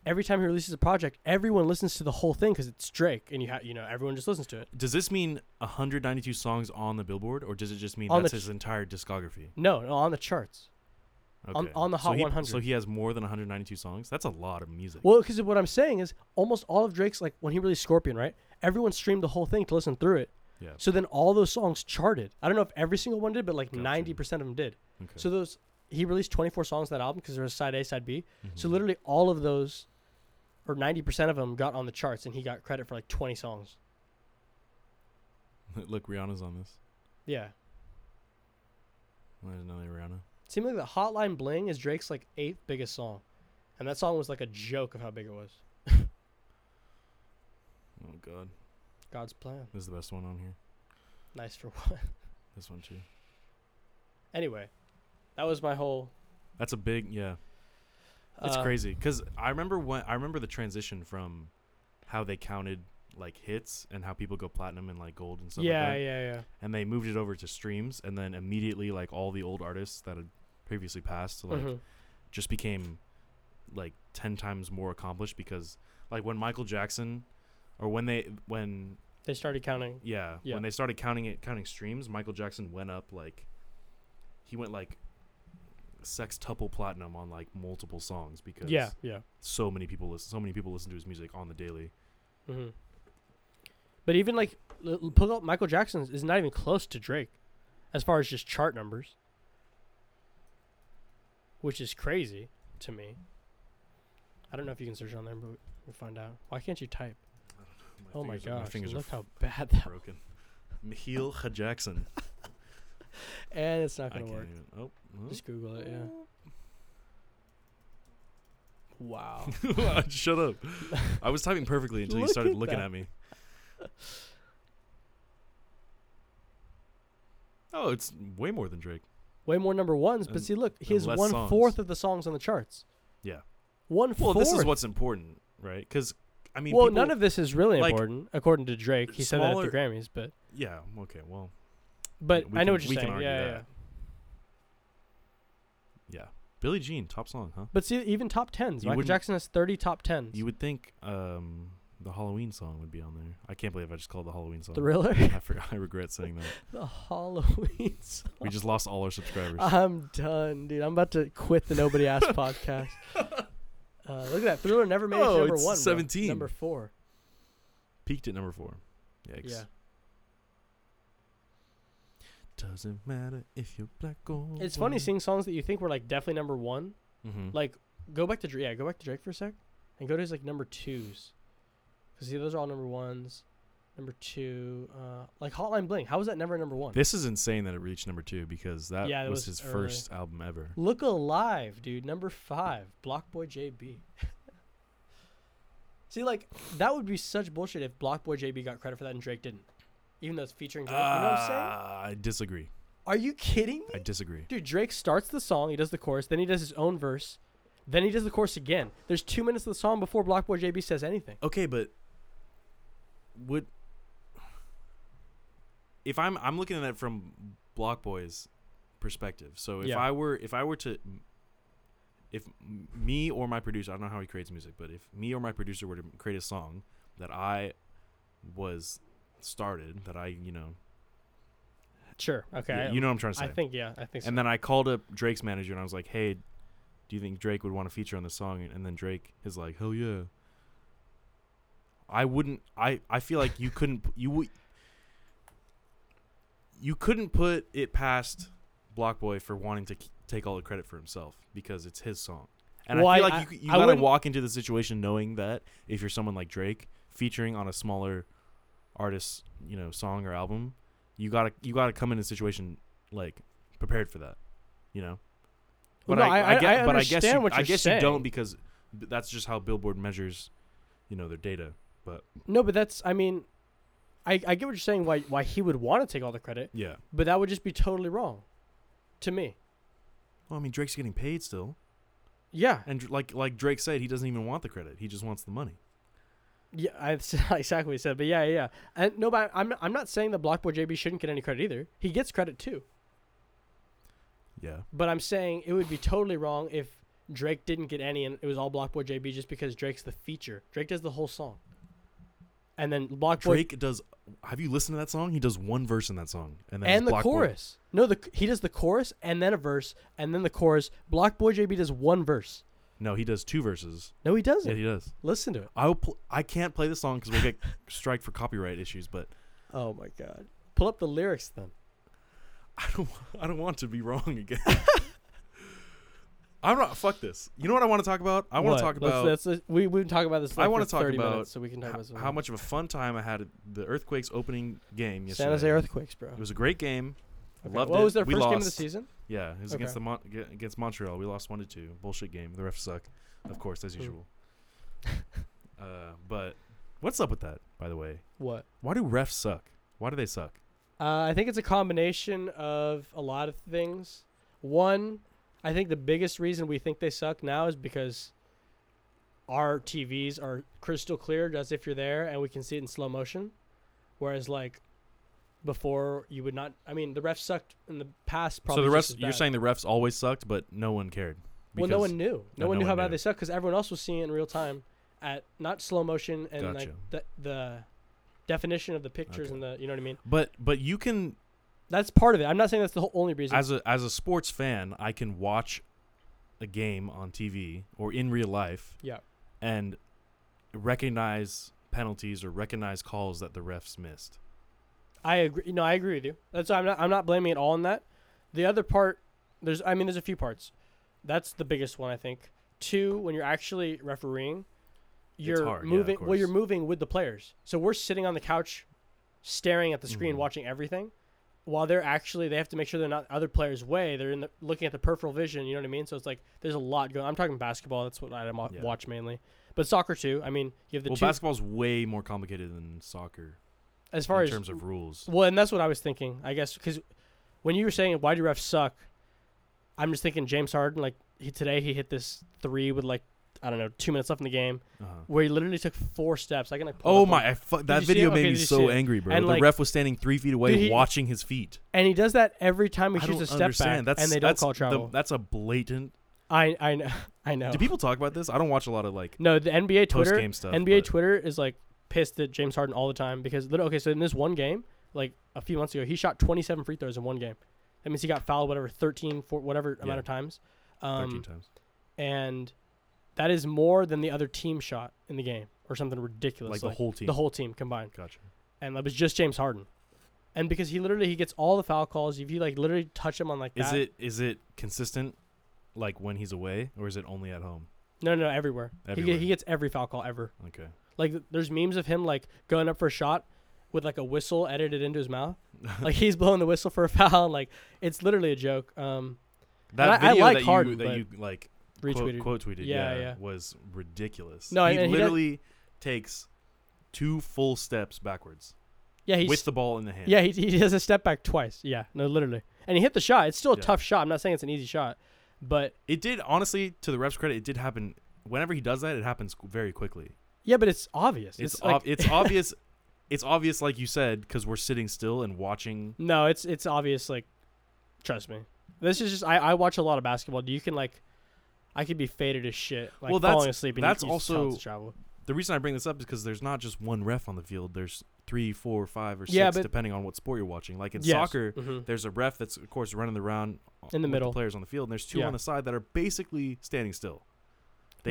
Speaker 2: Every time he releases a project, everyone listens to the whole thing because it's Drake, and you ha- you know everyone just listens to it.
Speaker 1: Does this mean 192 songs on the Billboard, or does it just mean
Speaker 2: On
Speaker 1: that's
Speaker 2: the
Speaker 1: his entire discography?
Speaker 2: No, no, on the charts.
Speaker 1: Okay.
Speaker 2: On- on the
Speaker 1: so
Speaker 2: Hot
Speaker 1: he,
Speaker 2: 100.
Speaker 1: So he has more than 192 songs. That's a lot of music.
Speaker 2: Well, because what I'm saying is almost all of Drake's like when he released Scorpion, right? Everyone streamed the whole thing to listen through it.
Speaker 1: Yeah.
Speaker 2: So then all those songs charted. I don't know if every single one did, but like
Speaker 1: Gotcha.
Speaker 2: 90% of them did.
Speaker 1: Okay.
Speaker 2: So those he released 24 songs on that album because there was side A, side B. So
Speaker 1: Mhm.
Speaker 2: literally all of those, or 90% of them, got on the charts, and he got credit for like 20 songs.
Speaker 1: Look, Rihanna's on this.
Speaker 2: Yeah.
Speaker 1: I didn't know they were Rihanna.
Speaker 2: Seemed like the Hotline Bling is Drake's like eighth biggest song, and that song was like a joke of how big it was.
Speaker 1: Oh God,
Speaker 2: God's plan,
Speaker 1: this is the best one on here.
Speaker 2: nice for what?
Speaker 1: This one too.
Speaker 2: anyway, that was my whole.
Speaker 1: That's a big yeah. It's
Speaker 2: uh,
Speaker 1: crazy because I remember when I remember the transition from how they counted like hits and how people go platinum and like gold and stuff.
Speaker 2: Yeah,
Speaker 1: like that.
Speaker 2: yeah, yeah.
Speaker 1: And they moved it over to streams, and then immediately like all the old artists that had previously passed, like
Speaker 2: Mhm.
Speaker 1: just became like 10 times more accomplished because like when Michael Jackson or when they when
Speaker 2: They started counting.
Speaker 1: yeah,
Speaker 2: Yeah.
Speaker 1: when they started counting it counting streams, Michael Jackson went up like he went like sextuple platinum on like multiple songs because
Speaker 2: Yeah, yeah.
Speaker 1: so many people listen so many people listen to his music on the daily.
Speaker 2: hmm But even like l- l- pull up Michael Jackson's is not even close to Drake, as far as just chart numbers, which is crazy to me. I don't know if you can search on there, but we'll find out. Why can't you type? oh my
Speaker 1: fingers are-
Speaker 2: gosh!
Speaker 1: fingers are
Speaker 2: look how
Speaker 1: f-
Speaker 2: bad that.
Speaker 1: broken. Mihail H. Jackson.
Speaker 2: And it's not
Speaker 1: I
Speaker 2: gonna
Speaker 1: can't
Speaker 2: work.
Speaker 1: even. Oh. huh?
Speaker 2: Just Google it. Yeah. Wow.
Speaker 1: Shut up. I was typing perfectly until you
Speaker 2: Look
Speaker 1: started
Speaker 2: at
Speaker 1: looking
Speaker 2: that.
Speaker 1: at me. Oh, it's way more than Drake.
Speaker 2: Way more number ones, but
Speaker 1: And-
Speaker 2: see, look,
Speaker 1: and
Speaker 2: he has
Speaker 1: less
Speaker 2: one fourth
Speaker 1: songs.
Speaker 2: of the songs on the charts.
Speaker 1: Yeah.
Speaker 2: One
Speaker 1: Well,
Speaker 2: fourth.
Speaker 1: this is what's important, right? Because I mean,
Speaker 2: well,
Speaker 1: people-
Speaker 2: none of this is really
Speaker 1: like,
Speaker 2: important, according to Drake. He said that at
Speaker 1: smaller-
Speaker 2: the Grammys, but
Speaker 1: yeah. Okay, well,
Speaker 2: But
Speaker 1: we
Speaker 2: I know
Speaker 1: can-
Speaker 2: what you're
Speaker 1: we can
Speaker 2: saying.
Speaker 1: argue
Speaker 2: yeah, yeah,
Speaker 1: that.
Speaker 2: yeah.
Speaker 1: Yeah. Billie Jean, top song, huh?
Speaker 2: But see, even top tens.
Speaker 1: You
Speaker 2: Michael
Speaker 1: wouldn't-
Speaker 2: Jackson has thirty top tens.
Speaker 1: You would think um, the Halloween song would be on there. I can't believe I just called it the Halloween song.
Speaker 2: Thriller,
Speaker 1: I forgot. I regret saying that.
Speaker 2: the Halloween song.
Speaker 1: We just lost all our subscribers.
Speaker 2: I'm done, dude. I'm about to quit the Nobody Asked podcast. Uh, look at that. Thriller never made it
Speaker 1: Oh,
Speaker 2: to number
Speaker 1: it's
Speaker 2: one. bro.
Speaker 1: 17.
Speaker 2: Number four.
Speaker 1: Peaked at number four. Yikes.
Speaker 2: Yeah.
Speaker 1: Doesn't matter if you're black or
Speaker 2: It's funny
Speaker 1: white.
Speaker 2: seeing songs that you think were like definitely number one.
Speaker 1: Mhm.
Speaker 2: Like, go back to Drake. Yeah, go back to Drake for a sec, and go to his like number twos, because see, those are all number ones. Number two, uh, like Hotline Bling. How was that never number one?
Speaker 1: This is insane that it reached number two because that
Speaker 2: Yeah, it
Speaker 1: was,
Speaker 2: was
Speaker 1: his
Speaker 2: early.
Speaker 1: first album ever.
Speaker 2: Look Alive, dude. Number five, Blockboy JB. See, like, that would be such bullshit if Blockboy JB got credit for that and Drake didn't. Even though it's featuring Drake. you know what I'm saying?
Speaker 1: Ah, I disagree.
Speaker 2: Are you kidding me?
Speaker 1: I disagree.
Speaker 2: Dude, Drake starts the song, he does the chorus, then he does his own verse, then he does the chorus again. There's two minutes of the song before Blockboy JB says anything.
Speaker 1: Okay, but would if I'm I'm looking at it from Block Boy's perspective. So if
Speaker 2: Yeah.
Speaker 1: I were if I were to if m- me or my producer, I don't know how he creates music, but if me or my producer were to create a song that I was started, that I you know
Speaker 2: Sure. Okay.
Speaker 1: you know what I'm trying to say.
Speaker 2: I think, yeah. I think so.
Speaker 1: And then I called up Drake's manager and I was like, "Hey, do you think Drake would want to feature on this song?" And- And then Drake is like, "Hell yeah." I wouldn't. I I feel like you couldn't. p- You would. You couldn't put it past Block Boy for wanting to k- take all the credit for himself because it's his song. And
Speaker 2: Well,
Speaker 1: I feel
Speaker 2: I-
Speaker 1: like you,
Speaker 2: I-
Speaker 1: c- you
Speaker 2: I
Speaker 1: gotta
Speaker 2: wouldn't-
Speaker 1: walk into the situation knowing that if you're someone like Drake featuring on a smaller artist's you know song or album, you gotta you gotta come into a situation like prepared for that, you know. But
Speaker 2: Well, no,
Speaker 1: I,
Speaker 2: I-
Speaker 1: I,
Speaker 2: I-
Speaker 1: guess,
Speaker 2: I
Speaker 1: but I guess
Speaker 2: understand
Speaker 1: you,
Speaker 2: what
Speaker 1: I
Speaker 2: you're
Speaker 1: guess you
Speaker 2: saying.
Speaker 1: don't because b- that's just how Billboard measures, you know, their data.
Speaker 2: no, but that's, I mean, I, I get what you're saying, why, why he would want to take all the credit,
Speaker 1: Yeah.
Speaker 2: but that would just be totally wrong to me.
Speaker 1: Well, I mean, Drake's getting paid still,
Speaker 2: Yeah.
Speaker 1: and dr- like like Drake said, he doesn't even want the credit; he just wants the money.
Speaker 2: Yeah, I exactly what you said, but yeah, yeah, yeah. And no, but I'm I'm not saying that Blockboy JB shouldn't get any credit either. He gets credit too,
Speaker 1: Yeah.
Speaker 2: but I'm saying it would be totally wrong if Drake didn't get any, and it was all Blockboy JB just because Drake's the feature. Drake does the whole song, and then Blockboy
Speaker 1: Drake does. Have you listened to that song? He does one verse in that song, and then
Speaker 2: and
Speaker 1: it's
Speaker 2: the
Speaker 1: Block Boy.
Speaker 2: chorus. No, the he does the chorus and then a verse and then the chorus. Blockboy JB does one verse.
Speaker 1: No, he does two verses.
Speaker 2: No, he doesn't.
Speaker 1: Yeah, he does.
Speaker 2: Listen to it.
Speaker 1: I will pl- I can't play the song because we'll get strike for copyright issues, but
Speaker 2: Oh my god! Pull up the lyrics then.
Speaker 1: I don't wa- I don't want to be wrong again. I'm not fuck this. You know what I want to talk about? I want
Speaker 2: What?
Speaker 1: to talk
Speaker 2: Let's-
Speaker 1: about
Speaker 2: Let's, let's- we we've been talking about this.
Speaker 1: I
Speaker 2: Like,
Speaker 1: wanna
Speaker 2: for
Speaker 1: talk
Speaker 2: 30
Speaker 1: about
Speaker 2: minutes, so we can talk
Speaker 1: h-
Speaker 2: about something
Speaker 1: how much of a fun time I had at the Earthquakes opening game yesterday.
Speaker 2: San Jose Earthquakes, bro.
Speaker 1: It was a great game.
Speaker 2: Okay,
Speaker 1: Loved
Speaker 2: what
Speaker 1: it.
Speaker 2: was their
Speaker 1: We
Speaker 2: first game of the
Speaker 1: lost.
Speaker 2: season?
Speaker 1: Yeah, it was
Speaker 2: Okay.
Speaker 1: against the Mon- ge- against Montreal. We lost one to two. Bullshit game. The refs suck, of course, as
Speaker 2: Mm.
Speaker 1: usual. uh, but what's up with that? By the way,
Speaker 2: What?
Speaker 1: why do refs suck? Why do they suck?
Speaker 2: Uh, I think it's a combination of a lot of things. One, I think the biggest reason we think they suck now is because our TVs are crystal clear, as if you're there, and we can see it in slow motion. Whereas, like, before you would not. I mean, the refs sucked in the past. Probably
Speaker 1: so the
Speaker 2: just
Speaker 1: refs,
Speaker 2: as
Speaker 1: you're
Speaker 2: bad.
Speaker 1: saying the refs always sucked, but no one cared.
Speaker 2: Well, no one knew. No,
Speaker 1: no,
Speaker 2: one
Speaker 1: no
Speaker 2: knew how
Speaker 1: one
Speaker 2: bad
Speaker 1: knew.
Speaker 2: they sucked because everyone else was seeing it in real time at not slow motion and like the, the definition of the pictures
Speaker 1: Okay.
Speaker 2: and the you know what I mean.
Speaker 1: But but you can
Speaker 2: That's part of it. I'm not saying that's the whole only reason.
Speaker 1: as a as a sports fan, I can watch a game on TV or in real life.
Speaker 2: Yeah.
Speaker 1: And recognize penalties or recognize calls that the refs missed.
Speaker 2: I agree. No, I agree with you. That's why I'm not. I'm not blaming it all on that. The other part, there's. I mean, there's a few parts. That's the biggest one, I think. Two, when you're actually refereeing, you're
Speaker 1: hard, yeah, of
Speaker 2: moving. well, you're
Speaker 1: course.
Speaker 2: moving with the players. So we're sitting on the couch, staring at the screen,
Speaker 1: Mhm.
Speaker 2: watching everything, while they're actually they have to make sure they're not other players' way. They're in the, looking at the peripheral vision. You know what I mean? So it's like there's a lot going. I'm talking basketball. That's what I mo-
Speaker 1: Yeah.
Speaker 2: watch mainly, but soccer too. I mean, you have the
Speaker 1: well,
Speaker 2: two
Speaker 1: basketball's way more complicated than soccer
Speaker 2: as far
Speaker 1: in
Speaker 2: as
Speaker 1: terms of rules.
Speaker 2: Well, and that's what I was thinking, I guess, because when you were saying why do refs suck, I'm just thinking James Harden. Like he, today, he hit this three with like I don't know, two minutes left in the game,
Speaker 1: Uh-huh.
Speaker 2: where he literally took four steps. I can like. pull it
Speaker 1: Oh
Speaker 2: up on-
Speaker 1: my! I fu- that
Speaker 2: you see
Speaker 1: video
Speaker 2: it?
Speaker 1: made me
Speaker 2: Okay, did you
Speaker 1: so
Speaker 2: see it?
Speaker 1: angry, bro.
Speaker 2: And,
Speaker 1: the
Speaker 2: like-
Speaker 1: ref was standing three feet away,
Speaker 2: Dude, he-
Speaker 1: watching his feet.
Speaker 2: And he does that every time
Speaker 1: I
Speaker 2: he shoots
Speaker 1: don't
Speaker 2: a step
Speaker 1: understand.
Speaker 2: back,
Speaker 1: that's
Speaker 2: and they don't
Speaker 1: that's
Speaker 2: call
Speaker 1: the-
Speaker 2: travel.
Speaker 1: that's a blatant.
Speaker 2: I I know I know.
Speaker 1: Do people talk about this? I don't watch a lot of like
Speaker 2: No, the NBA
Speaker 1: post
Speaker 2: Twitter
Speaker 1: game stuff.
Speaker 2: NBA
Speaker 1: but-
Speaker 2: Twitter is like pissed at James Harden all the time because lit- okay, so in this one game, like a few months ago, he shot 27 free throws in one game. That means he got fouled whatever 13 for whatever
Speaker 1: Yeah.
Speaker 2: amount of times.
Speaker 1: 13
Speaker 2: Um,
Speaker 1: times.
Speaker 2: and that is more than the other team shot in the game or something ridiculous
Speaker 1: Like the whole team.
Speaker 2: the whole team combined.
Speaker 1: Gotcha.
Speaker 2: And that was just James Harden. And because he literally he gets all the foul calls, if you like literally touch him on like
Speaker 1: Is
Speaker 2: that,
Speaker 1: it is it consistent, like when he's away, or is it only at home?
Speaker 2: no no everywhere. He,
Speaker 1: Everywhere.
Speaker 2: get, he gets every foul call ever.
Speaker 1: Okay.
Speaker 2: Like th- there's memes of him like going up for a shot with like a whistle edited into his mouth. like he's blowing the whistle for a foul. and, Like it's literally a joke. Um,
Speaker 1: That
Speaker 2: I- I
Speaker 1: video
Speaker 2: like
Speaker 1: that you
Speaker 2: Harden,
Speaker 1: that
Speaker 2: but
Speaker 1: you like
Speaker 2: retweeted.
Speaker 1: quote, quote tweeted,
Speaker 2: Yeah,
Speaker 1: yeah,
Speaker 2: yeah.
Speaker 1: was ridiculous.
Speaker 2: No,
Speaker 1: he
Speaker 2: and- and he does-
Speaker 1: literally takes two full steps backwards
Speaker 2: yeah, he's
Speaker 1: with the ball in the hand.
Speaker 2: yeah he, he does a step back twice. Yeah, no, literally, and he hit the shot. It's still a
Speaker 1: Yeah.
Speaker 2: tough shot. I'm not saying it's an easy shot, but
Speaker 1: It did honestly, to the ref's credit, it did happen. Whenever he does that, it happens very quickly.
Speaker 2: yeah, but it's obvious.
Speaker 1: It's
Speaker 2: It's,
Speaker 1: it's,
Speaker 2: like,
Speaker 1: it's obvious. It's obvious, like you said, because we're sitting still and watching.
Speaker 2: no, it's it's obvious. Like, trust me, this is just I I watch a lot of basketball. You can like. I could be faded as shit, like
Speaker 1: Well, that's-
Speaker 2: falling asleep. And you
Speaker 1: that's
Speaker 2: can use talents
Speaker 1: also
Speaker 2: to travel.
Speaker 1: The reason I bring this up is because there's not just one ref on the field. There's three, four, five, or six,
Speaker 2: Yeah, but-
Speaker 1: depending on what sport you're watching. Like in
Speaker 2: Yes.
Speaker 1: soccer,
Speaker 2: Mhm.
Speaker 1: there's a ref that's of course running the round
Speaker 2: In the
Speaker 1: with
Speaker 2: middle.
Speaker 1: players on the field, and there's two
Speaker 2: Yeah.
Speaker 1: on the side that are basically standing still.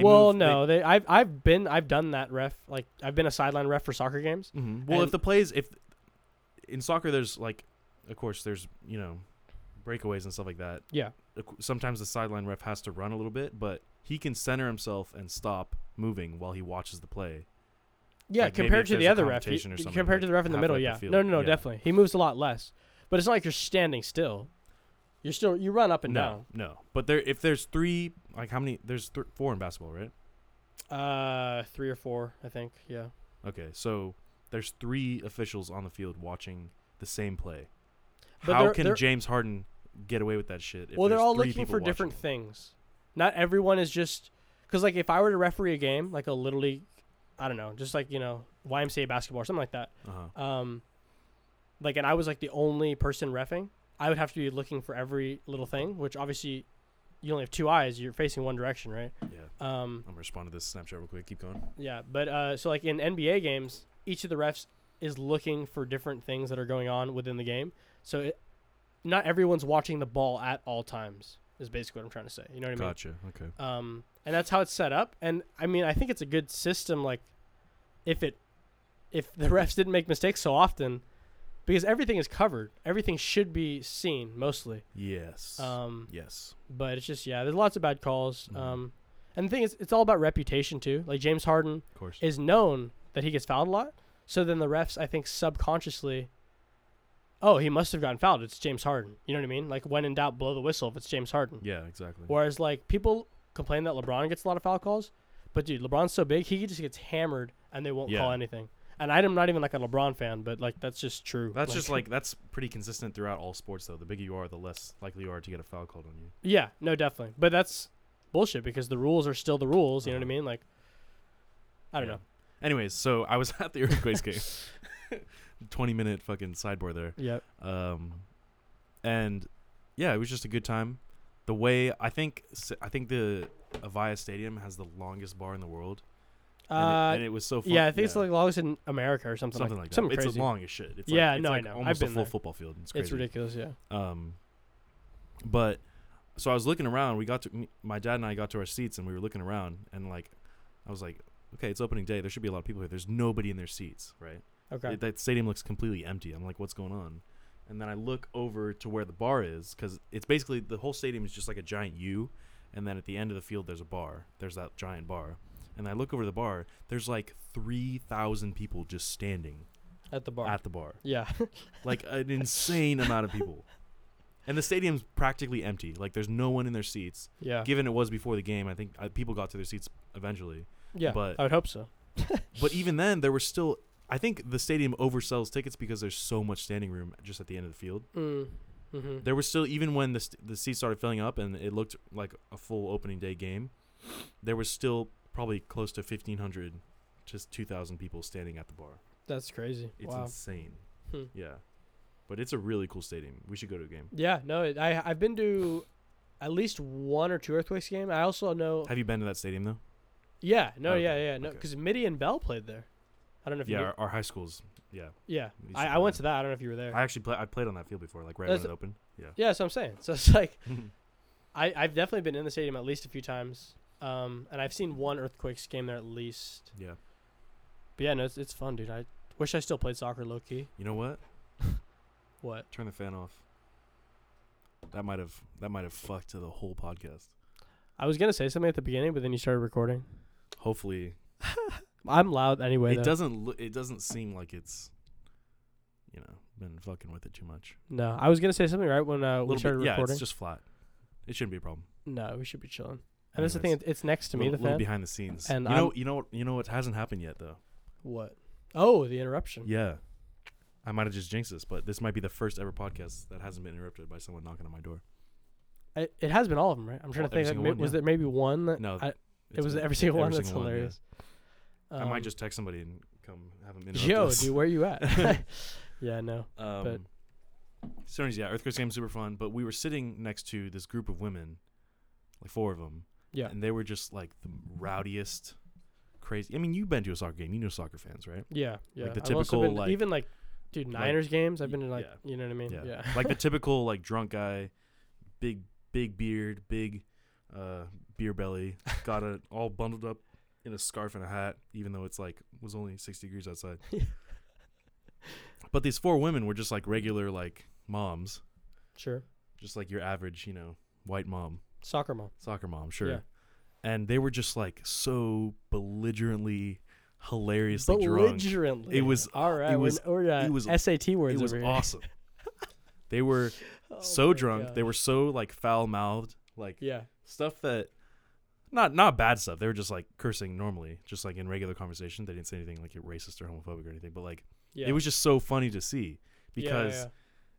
Speaker 2: well,
Speaker 1: move-
Speaker 2: no, they, I've I've been I've done that ref. Like I've been a sideline ref for soccer games.
Speaker 1: Mhm. Well, if
Speaker 2: And-
Speaker 1: the plays, if in soccer, there's like, of course, there's you know, breakaways and stuff like that.
Speaker 2: Yeah.
Speaker 1: Of cou- Sometimes the sideline ref has to run a little bit, but he can center himself and stop moving while he watches the play.
Speaker 2: Yeah,
Speaker 1: Like, maybe
Speaker 2: compared
Speaker 1: if
Speaker 2: to the
Speaker 1: there's a
Speaker 2: other ref, he,
Speaker 1: competition or something,
Speaker 2: compared to
Speaker 1: like,
Speaker 2: the ref in the
Speaker 1: halfway
Speaker 2: middle,
Speaker 1: up the
Speaker 2: yeah.
Speaker 1: field.
Speaker 2: no, no, no,
Speaker 1: Yeah.
Speaker 2: definitely. He moves a lot less, but it's not like you're standing still. You're still you run up and
Speaker 1: no, no. But there, if there's three, like how many? There's th- four in basketball, right?
Speaker 2: down. Uh, three or four, I think. Yeah.
Speaker 1: Okay, so there's three officials on the field watching the same play.
Speaker 2: But
Speaker 1: how
Speaker 2: they're-
Speaker 1: can
Speaker 2: they're-
Speaker 1: James Harden get away with that shit? if
Speaker 2: well, they're
Speaker 1: there's
Speaker 2: all
Speaker 1: three
Speaker 2: looking
Speaker 1: people
Speaker 2: for different
Speaker 1: watching?
Speaker 2: things. Not everyone is just because like if I were to referee a game, like a little league, I don't know, just like you know YMCA basketball or something like that.
Speaker 1: Uh-huh.
Speaker 2: Um, like and I was like the only person refing, I would have to be looking for every little thing, which obviously you only have two eyes, you're facing one direction, right?
Speaker 1: Yeah,
Speaker 2: Um.
Speaker 1: I'm gonna respond to this Snapchat real quick. Keep going.
Speaker 2: Yeah, but uh, so like in NBA games, each of the refs is looking for different things that are going on within the game. So it, not everyone's watching the ball at all times. Is basically what I'm trying to say. You know what I mean?
Speaker 1: Gotcha. Okay.
Speaker 2: Um, and that's how it's set up. And I mean, I think it's a good system. Like, if it, if the refs didn't make mistakes so often, because everything is covered, everything should be seen mostly.
Speaker 1: Yes.
Speaker 2: Um,
Speaker 1: yes.
Speaker 2: but it's just yeah, there's lots of bad calls.
Speaker 1: Mhm.
Speaker 2: Um, and the thing is, it's all about reputation too. Like James Harden
Speaker 1: Of course.
Speaker 2: is known that he gets fouled a lot. So then the refs, I think, subconsciously, oh, he must have gotten fouled. It's James Harden. You know what I mean? Like when in doubt, blow the whistle if it's James Harden.
Speaker 1: yeah. Exactly.
Speaker 2: Whereas like people complain that LeBron gets a lot of foul calls, but dude, LeBron's so big, he just gets hammered and they won't
Speaker 1: Yeah.
Speaker 2: call anything. And I'm not even like a LeBron fan, but like that's just true.
Speaker 1: That's just like that's pretty consistent throughout all sports though. The bigger you are, the less likely you are to get a foul called on you.
Speaker 2: yeah, no, definitely. But that's bullshit because the rules are still the rules. You know what I
Speaker 1: Uh-huh.
Speaker 2: mean? Like, I don't
Speaker 1: Yeah.
Speaker 2: know.
Speaker 1: Anyways, so I was at the Earthquakes game. Twenty minute fucking sideboard there.
Speaker 2: Yeah,
Speaker 1: Um, and yeah, it was just a good time. The way I think s- I think the Avaya Stadium has the longest bar in the world,
Speaker 2: uh,
Speaker 1: and, it, and it was so fun.
Speaker 2: yeah, I think it's like longest in America or something,
Speaker 1: something
Speaker 2: like,
Speaker 1: like that.
Speaker 2: something
Speaker 1: it's
Speaker 2: crazy.
Speaker 1: long as shit. It's
Speaker 2: Yeah,
Speaker 1: like, it's
Speaker 2: no, I
Speaker 1: like
Speaker 2: know. I've
Speaker 1: Almost a
Speaker 2: been
Speaker 1: full
Speaker 2: there.
Speaker 1: football field. It's,
Speaker 2: It's
Speaker 1: crazy.
Speaker 2: ridiculous, yeah.
Speaker 1: Um, but so I was looking around. We got to me- my dad and I got to our seats, and we were looking around, and like I was like, okay, it's opening day. There should be a lot of people here. There's nobody in their seats, right?
Speaker 2: Okay.
Speaker 1: It- that stadium looks completely empty. I'm like, what's going on? And then I look over to where the bar is because it's basically the whole stadium is just like a giant U, and then at the end of the field there's a bar. There's that giant bar, and I look over the bar. There's like three thousand people just standing
Speaker 2: at the bar.
Speaker 1: at the bar
Speaker 2: yeah.
Speaker 1: like an insane amount of people. And the stadium's practically empty. Like there's no one in their seats.
Speaker 2: yeah.
Speaker 1: Given it was before the game, I think uh, people got to their seats eventually.
Speaker 2: yeah.
Speaker 1: but-
Speaker 2: I would hope so.
Speaker 1: But even then, there were still. I think the stadium oversells tickets because there's so much standing room just at the end of the field.
Speaker 2: Mm. hmm
Speaker 1: There was still even when the st- the seats started filling up and it looked like a full opening day game. There was still probably close to 1500 just 2000 people standing at the bar
Speaker 2: That's crazy.
Speaker 1: it's
Speaker 2: wow.
Speaker 1: insane
Speaker 2: Hmm.
Speaker 1: yeah but it's a really cool stadium we should go to a game
Speaker 2: Yeah, no, it, I I've been to at least one or two Earthquakes game. I also know.
Speaker 1: have you been to that stadium though
Speaker 2: Yeah, no, yeah,
Speaker 1: Okay,
Speaker 2: yeah, no,
Speaker 1: okay.
Speaker 2: because Mitty and Bell played there. I don't know if
Speaker 1: yeah
Speaker 2: you.
Speaker 1: our, our high schools yeah
Speaker 2: Knew, yeah,
Speaker 1: we used
Speaker 2: I,
Speaker 1: to
Speaker 2: I
Speaker 1: play
Speaker 2: went
Speaker 1: there.
Speaker 2: to that. I don't know if you were there.
Speaker 1: i actually play, i played on that field before like right
Speaker 2: That's
Speaker 1: when
Speaker 2: a-
Speaker 1: it opened yeah
Speaker 2: yeah, that's what I'm saying. So it's like I I've definitely been in the stadium at least a few times. Um, and I've seen one Earthquakes game there at least.
Speaker 1: yeah
Speaker 2: But yeah, no, it's, it's fun, dude. I wish I still played soccer low key.
Speaker 1: you know what
Speaker 2: What?
Speaker 1: turn the fan off that might have that might have fucked the whole podcast
Speaker 2: I was gonna say something at the beginning, but then you started recording.
Speaker 1: hopefully
Speaker 2: I'm loud anyway.
Speaker 1: it
Speaker 2: though.
Speaker 1: doesn't look it doesn't seem like it's you know been fucking with it too much
Speaker 2: No, I was gonna say something right when uh, we
Speaker 1: Little
Speaker 2: started
Speaker 1: bit- yeah
Speaker 2: recording.
Speaker 1: it's just flat it shouldn't be a problem
Speaker 2: no, we should be chilling. And that's the thing.
Speaker 1: Anyways.
Speaker 2: it- It's next to me,
Speaker 1: little,
Speaker 2: the fan.
Speaker 1: little behind the scenes
Speaker 2: And
Speaker 1: you know
Speaker 2: I'm-
Speaker 1: you know what you know what hasn't happened yet though
Speaker 2: What? Oh, the interruption.
Speaker 1: yeah I might have just jinxed this, but this might be the first ever podcast that hasn't been interrupted by someone knocking on my door.
Speaker 2: It, it has been all of them, right? I'm trying
Speaker 1: Well,
Speaker 2: to
Speaker 1: every
Speaker 2: think. Like,
Speaker 1: single
Speaker 2: ma-
Speaker 1: one,
Speaker 2: was
Speaker 1: yeah.
Speaker 2: there maybe one? That
Speaker 1: No,
Speaker 2: I,
Speaker 1: It's
Speaker 2: it was
Speaker 1: been
Speaker 2: every single one.
Speaker 1: every
Speaker 2: That's
Speaker 1: single one, yeah.
Speaker 2: hilarious.
Speaker 1: I
Speaker 2: Um,
Speaker 1: might just text somebody and come have them interrupt
Speaker 2: Yo,
Speaker 1: us.
Speaker 2: dude, where you at? yeah, no.
Speaker 1: Um,
Speaker 2: But-
Speaker 1: so anyways, yeah, Earthquake's game super fun. But we were sitting next to this group of women, like four of them.
Speaker 2: Yeah.
Speaker 1: And they were just like the rowdiest, crazy. I mean, you've been to a soccer game. You know soccer fans, right?
Speaker 2: Yeah, yeah.
Speaker 1: the
Speaker 2: I've
Speaker 1: typical,
Speaker 2: also been,
Speaker 1: like-
Speaker 2: even like, dude,
Speaker 1: like,
Speaker 2: Niners games. I've been to like,
Speaker 1: yeah.
Speaker 2: you know what I mean? Yeah.
Speaker 1: like the typical like drunk guy, big big beard, big uh, beer belly, got it all bundled up in a scarf and a hat, even though it's like was only six degrees outside.
Speaker 2: Yeah.
Speaker 1: but these four women were just like regular like moms,
Speaker 2: Sure.
Speaker 1: just like your average, you know, white mom.
Speaker 2: Soccer mom.
Speaker 1: soccer mom, sure.
Speaker 2: Yeah.
Speaker 1: And they were just like so belligerently, hilariously drunk.
Speaker 2: Belligerently.
Speaker 1: It was-
Speaker 2: all right.
Speaker 1: it was-
Speaker 2: or, uh,
Speaker 1: it was-
Speaker 2: SAT words
Speaker 1: It was
Speaker 2: over here.
Speaker 1: awesome. they were
Speaker 2: Oh
Speaker 1: so
Speaker 2: my
Speaker 1: drunk. They
Speaker 2: gosh.
Speaker 1: were so like foul mouthed, like
Speaker 2: Yeah.
Speaker 1: stuff that not not bad stuff. They were just like cursing normally, just like in regular conversation. They didn't say anything like racist or homophobic or anything. But like
Speaker 2: Yeah.
Speaker 1: it was just so funny to see
Speaker 2: Yeah,
Speaker 1: because
Speaker 2: yeah.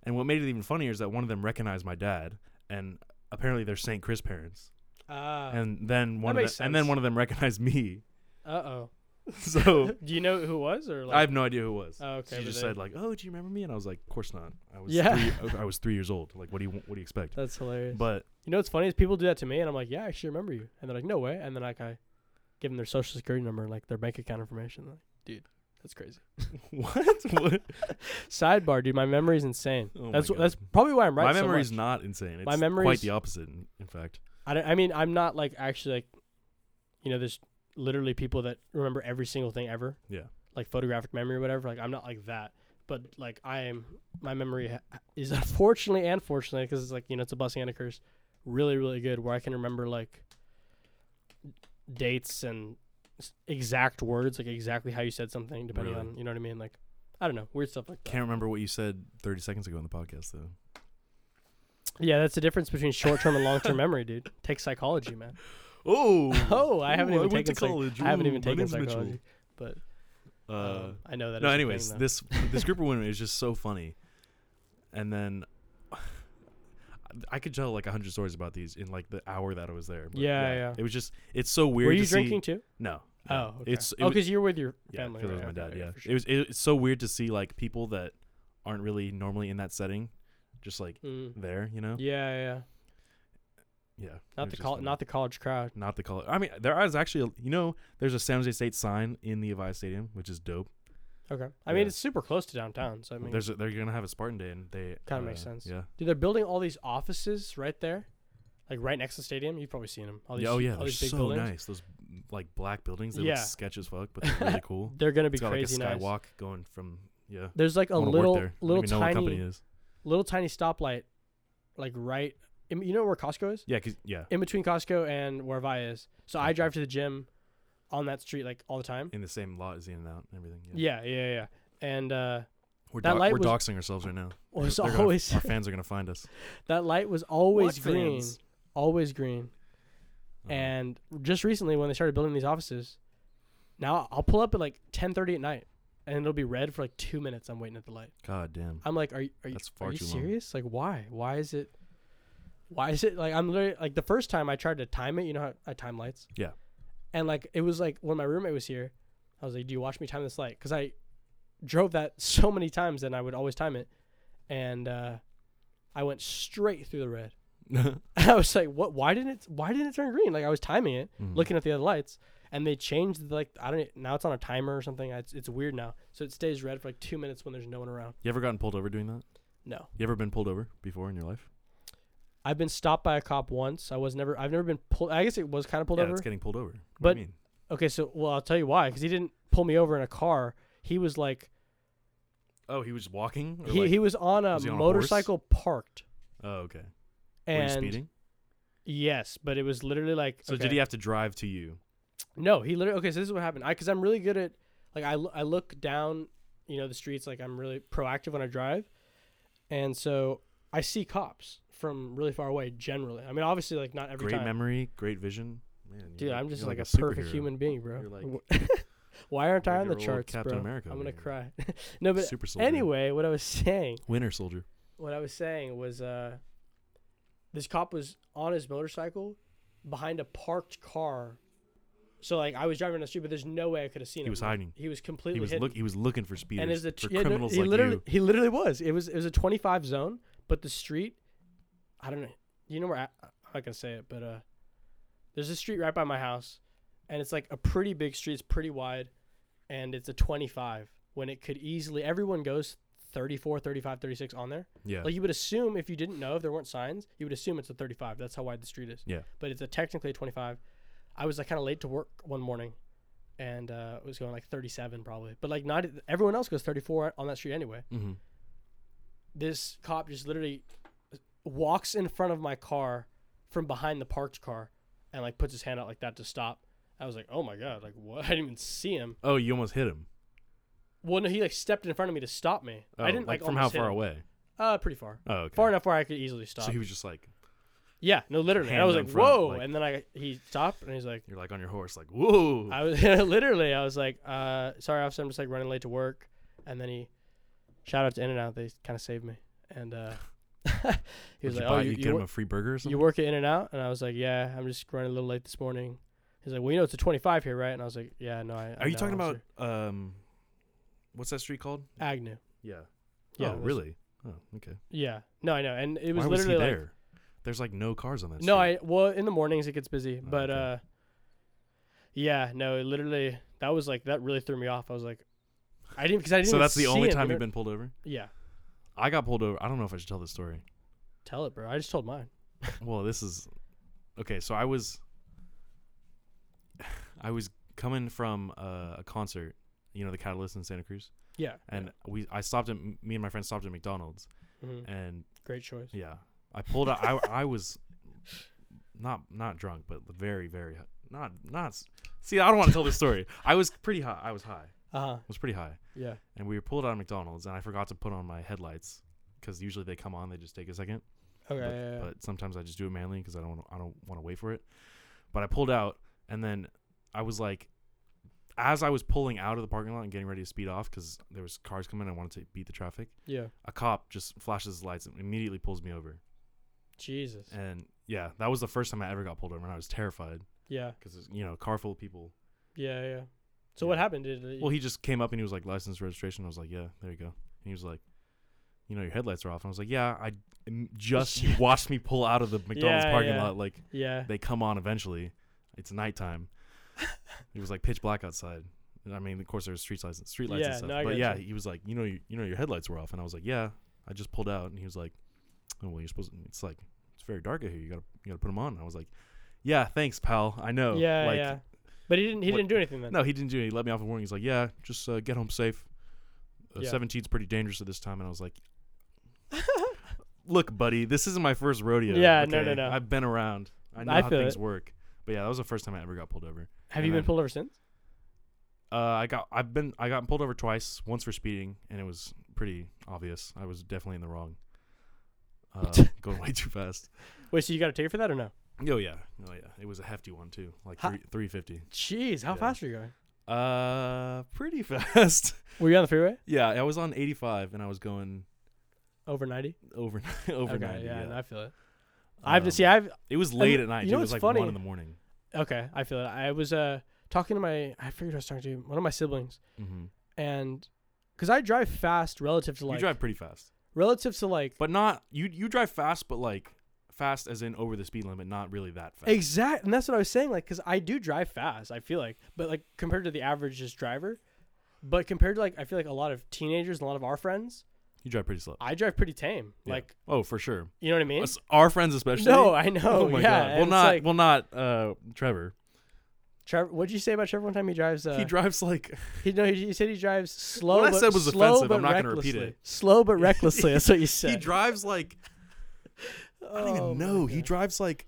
Speaker 1: and what made it even funnier is that one of them recognized my dad and apparently they're St. Chris parents.
Speaker 2: Ah.
Speaker 1: and then one of
Speaker 2: makes
Speaker 1: the, and then
Speaker 2: sense.
Speaker 1: one of them recognized me.
Speaker 2: Uh oh.
Speaker 1: So
Speaker 2: Do you know who it was or like?
Speaker 1: I have no idea who it was.
Speaker 2: Oh,
Speaker 1: She
Speaker 2: okay. but
Speaker 1: just
Speaker 2: they-
Speaker 1: said like, "Oh, do you remember me?" And I was like, "Of course not. I was
Speaker 2: Yeah.
Speaker 1: three, I- I was three years old. Like, what do you what do you expect?"
Speaker 2: That's hilarious.
Speaker 1: But
Speaker 2: you know what's funny is people do that to me, and I'm like, yeah, I actually remember you, and they're like, no way, and then like I give them their social security number, like their bank account information. Like, dude, that's crazy.
Speaker 1: what? what?
Speaker 2: Sidebar, dude, my memory's insane.
Speaker 1: Oh my
Speaker 2: that's
Speaker 1: God.
Speaker 2: that's probably why I'm right.
Speaker 1: My
Speaker 2: so
Speaker 1: memory's
Speaker 2: much.
Speaker 1: not insane. It's
Speaker 2: My memory
Speaker 1: quite
Speaker 2: is-
Speaker 1: the opposite. In, in fact,
Speaker 2: I don't- I mean, I'm not like actually like, you know, there's literally people that remember every single thing ever.
Speaker 1: Yeah.
Speaker 2: Like photographic memory or whatever. Like I'm not like that, but like I am. My memory ha- is unfortunately and fortunately because it's like you know it's a blessing and a curse. Really, really good where I can remember like dates and s- exact words, like exactly how you said something, depending
Speaker 1: Really?
Speaker 2: on you know what I mean. Like I don't know, weird stuff like that.
Speaker 1: can't remember what you said 30 seconds ago in the podcast though.
Speaker 2: yeah, that's the difference between short-term and long-term memory, dude. Take psychology, man.
Speaker 1: Oh,
Speaker 2: Oh, I haven't
Speaker 1: Ooh,
Speaker 2: even
Speaker 1: went
Speaker 2: taken
Speaker 1: to
Speaker 2: psych-
Speaker 1: college.
Speaker 2: I haven't
Speaker 1: Ooh,
Speaker 2: even
Speaker 1: my
Speaker 2: taken
Speaker 1: name's Mitchell.
Speaker 2: psychology, but
Speaker 1: Uh,
Speaker 2: um, I know that.
Speaker 1: no,
Speaker 2: is a thing,
Speaker 1: anyways,
Speaker 2: though.
Speaker 1: this this group of women is just so funny, and then. I could tell like a hundred stories about these in like the hour that I was there. but
Speaker 2: Yeah, yeah.
Speaker 1: It was just it's so weird.
Speaker 2: were you
Speaker 1: to see-
Speaker 2: drinking too?
Speaker 1: No. no.
Speaker 2: Oh, okay.
Speaker 1: It's it
Speaker 2: oh,
Speaker 1: was-
Speaker 2: because you're with your
Speaker 1: Yeah,
Speaker 2: family.
Speaker 1: because it was
Speaker 2: right?
Speaker 1: my
Speaker 2: Okay,
Speaker 1: dad.
Speaker 2: okay,
Speaker 1: Yeah,
Speaker 2: for
Speaker 1: it
Speaker 2: sure.
Speaker 1: was. It, it's so weird to see like people that aren't really normally in that setting, just like
Speaker 2: Mm.
Speaker 1: there, you know.
Speaker 2: Yeah, yeah, yeah.
Speaker 1: Yeah.
Speaker 2: Not the col- not the college crowd.
Speaker 1: the not the college. I mean, there is actually you know there's a San Jose State sign in the Avaya Stadium, which is dope.
Speaker 2: Okay, I mean
Speaker 1: Yeah.
Speaker 2: it's super close to downtown, so I mean,
Speaker 1: there's a, they're gonna have a Spartan Day, and they uh,
Speaker 2: Kinda makes sense.
Speaker 1: Yeah.
Speaker 2: dude, they're building all these offices right there, like right next to the stadium. You've probably seen them. All these,
Speaker 1: yeah. Oh yeah.
Speaker 2: all
Speaker 1: They're
Speaker 2: these big
Speaker 1: so
Speaker 2: buildings.
Speaker 1: nice. Those like black buildings. They
Speaker 2: Yeah.
Speaker 1: look sketch as fuck, but they're really cool.
Speaker 2: They're gonna be
Speaker 1: it's got
Speaker 2: crazy
Speaker 1: like a
Speaker 2: nice.
Speaker 1: skywalk going from yeah.
Speaker 2: There's like
Speaker 1: I
Speaker 2: a
Speaker 1: wanna work
Speaker 2: little
Speaker 1: there. I don't
Speaker 2: little
Speaker 1: even know what company
Speaker 2: tiny
Speaker 1: it is.
Speaker 2: little tiny stoplight, like right. I mean, You know where Costco is?
Speaker 1: Yeah, 'cause- yeah,
Speaker 2: in between Costco and where Vi is. So I
Speaker 1: Okay.
Speaker 2: drive to the gym on that street like all the time.
Speaker 1: in the same lot as In and Out and everything.
Speaker 2: Yeah, yeah, yeah. And uh
Speaker 1: We're,
Speaker 2: That
Speaker 1: dox-
Speaker 2: light
Speaker 1: we're
Speaker 2: was-
Speaker 1: doxing ourselves right now.
Speaker 2: was
Speaker 1: They're gonna-
Speaker 2: always
Speaker 1: our fans are gonna find us.
Speaker 2: that light was always green, always green.
Speaker 1: Uh-huh.
Speaker 2: And just recently when they started building these offices, now I'll pull up at like 10:30 at night and it'll be red for like 2 minutes I'm waiting at the light.
Speaker 1: God damn.
Speaker 2: I'm like, are you are you,
Speaker 1: That's far
Speaker 2: are you
Speaker 1: too long.
Speaker 2: serious? Like, why? Why is it? Why is it like I'm literally like the first time I tried to time it? You know how I time lights.
Speaker 1: Yeah.
Speaker 2: And like it was like when my roommate was here, I was like, "Do you watch me time this light?" Because I drove that so many times, and I would always time it. And uh, I went straight through the red.
Speaker 1: Mm.
Speaker 2: I was like, "What? Why didn't it? Why didn't it turn green?" Like I was timing it,
Speaker 1: Mhm.
Speaker 2: looking at the other lights, and they changed the, like I don't e, now it's on a timer or something. It's, it's weird now, so it stays red for like two minutes when there's no one around.
Speaker 1: You ever gotten pulled over doing that?
Speaker 2: No,
Speaker 1: You ever been pulled over before in your life?
Speaker 2: I've been stopped by a cop once. I was never. I've never been pulled. I guess it was kind of pulled
Speaker 1: yeah,
Speaker 2: over.
Speaker 1: it's getting pulled over. What do you
Speaker 2: But-
Speaker 1: mean?
Speaker 2: Okay, so well I'll tell you why. Because he didn't pull me over in a car. He was like
Speaker 1: oh, he was walking. Or
Speaker 2: he,
Speaker 1: like,
Speaker 2: he was on a
Speaker 1: was he on a horse?
Speaker 2: motorcycle parked.
Speaker 1: oh, okay. Were you
Speaker 2: And
Speaker 1: speeding?
Speaker 2: yes, but it was literally like.
Speaker 1: So did
Speaker 2: okay.
Speaker 1: he have to drive to you?
Speaker 2: No, he literally. Okay, so this is what happened. I because I'm really good at like I, lo- I look down, you know, the streets. Like I'm really proactive when I drive, and so I see cops from really far away. Generally, I mean, obviously, like not every
Speaker 1: great
Speaker 2: time.
Speaker 1: memory, great vision. Man, you're
Speaker 2: Dude,
Speaker 1: like-
Speaker 2: I'm just
Speaker 1: you're
Speaker 2: like,
Speaker 1: like
Speaker 2: a, perfect
Speaker 1: superhero.
Speaker 2: human being, bro.
Speaker 1: You're like-
Speaker 2: W- Why aren't
Speaker 1: you're
Speaker 2: I on
Speaker 1: your old
Speaker 2: the charts,
Speaker 1: Captain
Speaker 2: bro?
Speaker 1: America
Speaker 2: I'm gonna
Speaker 1: man.
Speaker 2: cry. no, but
Speaker 1: Super soldier.
Speaker 2: anyway, what I was saying,
Speaker 1: Winter soldier.
Speaker 2: what I was saying was, uh, this cop was on his motorcycle behind a parked car. So like I was driving down the street, but there's no way I could have seen him.
Speaker 1: was
Speaker 2: Like,
Speaker 1: hiding.
Speaker 2: He was completely
Speaker 1: He was
Speaker 2: hidden.
Speaker 1: look. He was looking for speeders
Speaker 2: and is the
Speaker 1: for
Speaker 2: yeah, no,
Speaker 1: criminals
Speaker 2: he
Speaker 1: like
Speaker 2: literally
Speaker 1: you.
Speaker 2: he literally was. It was it was a 25 zone, but the street, I don't know. You know where I, I'm not gonna say it, but uh, there's a street right by my house, and it's like a pretty big street. It's pretty wide, and it's a 25 when it could easily everyone goes 34, 35, 36 on there.
Speaker 1: Yeah.
Speaker 2: Like you would assume if you didn't know if there weren't signs, you would assume it's a 35. That's how wide the street is.
Speaker 1: Yeah.
Speaker 2: But it's a technically a 25. I was like kind of late to work one morning, and uh, it was going like 37 probably. But like not e, everyone else goes 34 on that street anyway.
Speaker 1: mm-hmm.
Speaker 2: This cop just literally uh, walks in front of my car from behind the parked car, and like puts his hand out like that to stop. I was like, oh my god, like what? I didn't even see him.
Speaker 1: Oh, you almost hit him.
Speaker 2: Well, no, he like stepped in front of me to stop me.
Speaker 1: Oh,
Speaker 2: I didn't like,
Speaker 1: like, from how
Speaker 2: almost hit
Speaker 1: far
Speaker 2: him.
Speaker 1: away?
Speaker 2: Uh, pretty far.
Speaker 1: Oh, okay.
Speaker 2: Far enough where I could easily stop.
Speaker 1: So he was just like
Speaker 2: Yeah, no, literally. I
Speaker 1: Hand
Speaker 2: was
Speaker 1: in
Speaker 2: like,
Speaker 1: front,
Speaker 2: "Whoa!"
Speaker 1: like-
Speaker 2: and then I he stopped and he's like,
Speaker 1: you're like on your horse, like whoa.
Speaker 2: "I was literally." I was like, uh, "Sorry, officer, I'm just like running late to work." And then he, shout out to In and Out, they kind of saved me. And uh, he
Speaker 1: Would
Speaker 2: was like,
Speaker 1: you
Speaker 2: "Oh,
Speaker 1: buy- you
Speaker 2: you, you,
Speaker 1: get him
Speaker 2: wor-
Speaker 1: a free burger or
Speaker 2: you
Speaker 1: something?
Speaker 2: work at In and Out?" And I was like, "Yeah, I'm just running a little late this morning." He's like, "Well, you know, it's a 25 here, right?" And I was like, "Yeah, no, I." I
Speaker 1: Are you
Speaker 2: know,
Speaker 1: talking about
Speaker 2: officer."
Speaker 1: um, what's that street called?
Speaker 2: Agnew?
Speaker 1: Yeah.
Speaker 2: Yeah,
Speaker 1: oh,
Speaker 2: that's-
Speaker 1: really? Oh, okay.
Speaker 2: Yeah, no, I know, and it was
Speaker 1: Why was he
Speaker 2: literally like,
Speaker 1: there? There's like no cars on that.
Speaker 2: No,
Speaker 1: street.
Speaker 2: I well in the mornings it gets busy,
Speaker 1: Oh,
Speaker 2: but
Speaker 1: okay.
Speaker 2: uh, yeah, no, it literally that was like that really threw me off. I was like, I didn't because I didn't.
Speaker 1: So
Speaker 2: even
Speaker 1: that's the
Speaker 2: see
Speaker 1: only
Speaker 2: him,
Speaker 1: time
Speaker 2: you
Speaker 1: you've
Speaker 2: know-
Speaker 1: been pulled over.
Speaker 2: Yeah,
Speaker 1: I got pulled over. I don't know if I should tell this story.
Speaker 2: tell it, bro. I just told mine.
Speaker 1: well this is okay so i was i was coming from uh, a concert you know the catalyst in santa cruz
Speaker 2: Yeah,
Speaker 1: and we i stopped at me and my friend stopped at mcdonald's
Speaker 2: yeah. Mhm.
Speaker 1: and
Speaker 2: great choice.
Speaker 1: yeah i pulled out i, I was not not drunk but very very hi- not not s- see i don't want to tell this story i was pretty high i was high i
Speaker 2: Uh huh.
Speaker 1: was pretty high
Speaker 2: Yeah.
Speaker 1: and we were pulled out of mcdonald's and i forgot to put on my headlights because usually they come on they just take a second
Speaker 2: Okay.
Speaker 1: but,
Speaker 2: yeah, yeah,
Speaker 1: but sometimes I just do it manly because I don't I don't want to wait for it. But I pulled out, and then I was like, as I was pulling out of the parking lot and getting ready to speed off because there was cars coming, I wanted to beat the traffic.
Speaker 2: yeah. Yeah.
Speaker 1: A cop just flashes his lights and immediately pulls me over.
Speaker 2: Jesus.
Speaker 1: And yeah, that was the first time I ever got pulled over, and I was terrified
Speaker 2: Yeah.
Speaker 1: because you know, a car full of people.
Speaker 2: Yeah. Yeah. So
Speaker 1: Yeah.
Speaker 2: what happened? Did it,
Speaker 1: Well, he just came up and he was like, license registration. I was like, yeah, there you go. And he was like. You know your headlights are off, and I was like, "Yeah, I m- just you watched me pull out of the McDonald's
Speaker 2: Yeah,
Speaker 1: parking
Speaker 2: yeah.
Speaker 1: lot like
Speaker 2: yeah.
Speaker 1: they come on eventually. It's nighttime. it was like pitch black outside. And I mean, of course, there's street lights, street lights and
Speaker 2: Yeah,
Speaker 1: stuff.
Speaker 2: no, I
Speaker 1: but yeah,
Speaker 2: gotcha.
Speaker 1: he was like, you know, you, you know, your headlights were off, and I was like, yeah, I just pulled out, and he was like, oh well, you're supposed. To, it's like it's very dark out here. You gotta you gotta put them on. And I was like, yeah, thanks, pal. I know.
Speaker 2: yeah.
Speaker 1: Like,
Speaker 2: yeah. But he didn't. He
Speaker 1: what-
Speaker 2: didn't do anything then.
Speaker 1: No, he didn't do it. He let me off a warning. He's like, yeah, just uh, get home safe. Uh,
Speaker 2: Yeah.
Speaker 1: 17's pretty dangerous at this time, and I was like. Look, buddy, this isn't my first rodeo.
Speaker 2: Yeah, no, no,
Speaker 1: okay?
Speaker 2: no.
Speaker 1: I've been around. I know
Speaker 2: I
Speaker 1: how
Speaker 2: feel
Speaker 1: things
Speaker 2: it.
Speaker 1: work. But yeah, that was the first time I ever got pulled over.
Speaker 2: Have
Speaker 1: and
Speaker 2: you been
Speaker 1: then-
Speaker 2: pulled over since?
Speaker 1: Uh, I got I've been I got pulled over twice. Once for speeding, and it was pretty obvious. I was definitely in the wrong. Uh, going way too fast.
Speaker 2: Wait, so you got a ticket for that or no?
Speaker 1: Oh yeah, oh yeah. It was a hefty one too, like
Speaker 2: Ha-
Speaker 1: three three fifty.
Speaker 2: Jeez, how
Speaker 1: Yeah.
Speaker 2: fast are you going?
Speaker 1: Uh, pretty fast.
Speaker 2: Were you on the freeway
Speaker 1: yeah, I was on eighty five, and I was going
Speaker 2: over 90?
Speaker 1: over over
Speaker 2: okay,
Speaker 1: ninety.
Speaker 2: yeah,
Speaker 1: Yeah,
Speaker 2: I feel it. I've
Speaker 1: Um,
Speaker 2: see, I've
Speaker 1: It was
Speaker 2: I
Speaker 1: late
Speaker 2: mean,
Speaker 1: at night.
Speaker 2: you
Speaker 1: dude.
Speaker 2: know
Speaker 1: it was like
Speaker 2: what's
Speaker 1: one
Speaker 2: funny?
Speaker 1: in the morning.
Speaker 2: Okay, I feel it. I was uh talking to my I figured I was talking to one of my siblings
Speaker 1: hmm
Speaker 2: and because I drive fast relative to like
Speaker 1: you drive pretty fast,
Speaker 2: relative to like
Speaker 1: but not you. You drive fast, but like fast as in over the speed limit, not really that fast.
Speaker 2: exact and that's what I was saying like because I do drive fast I feel like but like compared to the average just driver, but compared to like I feel like a lot of teenagers and a lot of our friends
Speaker 1: you drive pretty slow.
Speaker 2: I drive pretty tame
Speaker 1: Yeah.
Speaker 2: like
Speaker 1: oh, for sure.
Speaker 2: you know what I mean
Speaker 1: Us- Our friends especially. Oh
Speaker 2: no I know yeah and
Speaker 1: Well,
Speaker 2: it's
Speaker 1: not
Speaker 2: like,
Speaker 1: well, not uh, Trevor.
Speaker 2: Trevor what'd you say about Trevor one time he drives uh,
Speaker 1: he drives like
Speaker 2: He no, he, he said he drives slow.
Speaker 1: What I
Speaker 2: but,
Speaker 1: said was
Speaker 2: slow
Speaker 1: offensive.
Speaker 2: But
Speaker 1: I'm not gonna repeat
Speaker 2: recklessly.
Speaker 1: it.
Speaker 2: Slow but recklessly. That's what you said.
Speaker 1: he drives like I don't
Speaker 2: Oh
Speaker 1: even
Speaker 2: my
Speaker 1: know. He
Speaker 2: God.
Speaker 1: drives like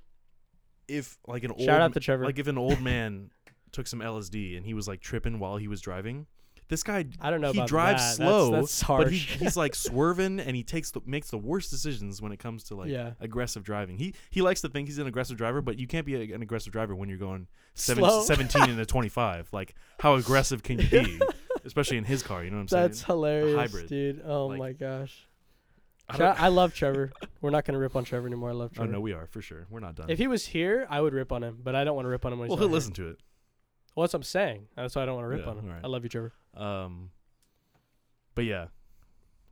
Speaker 1: if like an old
Speaker 2: Shout out
Speaker 1: ma-
Speaker 2: to Trevor.
Speaker 1: like if an old man took some LSD and he was like tripping while he was driving. This guy
Speaker 2: I don't know.
Speaker 1: he
Speaker 2: about
Speaker 1: drives
Speaker 2: that. That's-
Speaker 1: slow,
Speaker 2: That's, harsh.
Speaker 1: but he, he's like swerving and he takes the, makes the worst decisions when it comes to like
Speaker 2: Yeah.
Speaker 1: aggressive driving. He he likes to think he's an aggressive driver, but you can't be a- an aggressive driver when you're going seven,
Speaker 2: Slow.
Speaker 1: 17 and a 25. Like how aggressive can you be? Especially in his car, you know what I'm
Speaker 2: That's
Speaker 1: saying?
Speaker 2: hilarious,
Speaker 1: hybrid.
Speaker 2: dude. Oh
Speaker 1: Like,
Speaker 2: my gosh.
Speaker 1: I
Speaker 2: Shout-
Speaker 1: don't,
Speaker 2: I, love Trevor. We're not gonna rip on Trevor anymore. I love
Speaker 1: oh
Speaker 2: Trevor.
Speaker 1: no, we are for sure. We're not done.
Speaker 2: If he was here, I would rip on him, but I don't want to rip on him when he's
Speaker 1: well,
Speaker 2: not
Speaker 1: he'll
Speaker 2: here.
Speaker 1: listen to it.
Speaker 2: Well, that's what I'm saying. That's why I don't want to rip
Speaker 1: Yeah,
Speaker 2: on him.
Speaker 1: alright.
Speaker 2: I love you, Trevor.
Speaker 1: Um, but yeah,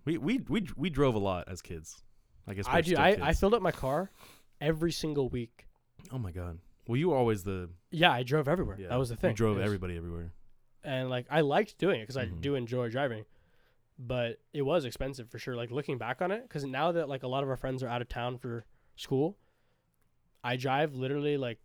Speaker 1: we we we we drove a lot as kids. I guess we're
Speaker 2: I do.
Speaker 1: still
Speaker 2: I, I
Speaker 1: kids.
Speaker 2: filled up my car every single week.
Speaker 1: oh my god. Well, you were always the
Speaker 2: Yeah, I drove everywhere.
Speaker 1: yeah,
Speaker 2: that was the thing.
Speaker 1: You drove
Speaker 2: It was-
Speaker 1: everybody everywhere.
Speaker 2: and like I liked doing it because I
Speaker 1: Mhm.
Speaker 2: do enjoy driving, but it was expensive for sure. Like looking back on it, because now that like a lot of our friends are out of town for school, I drive literally like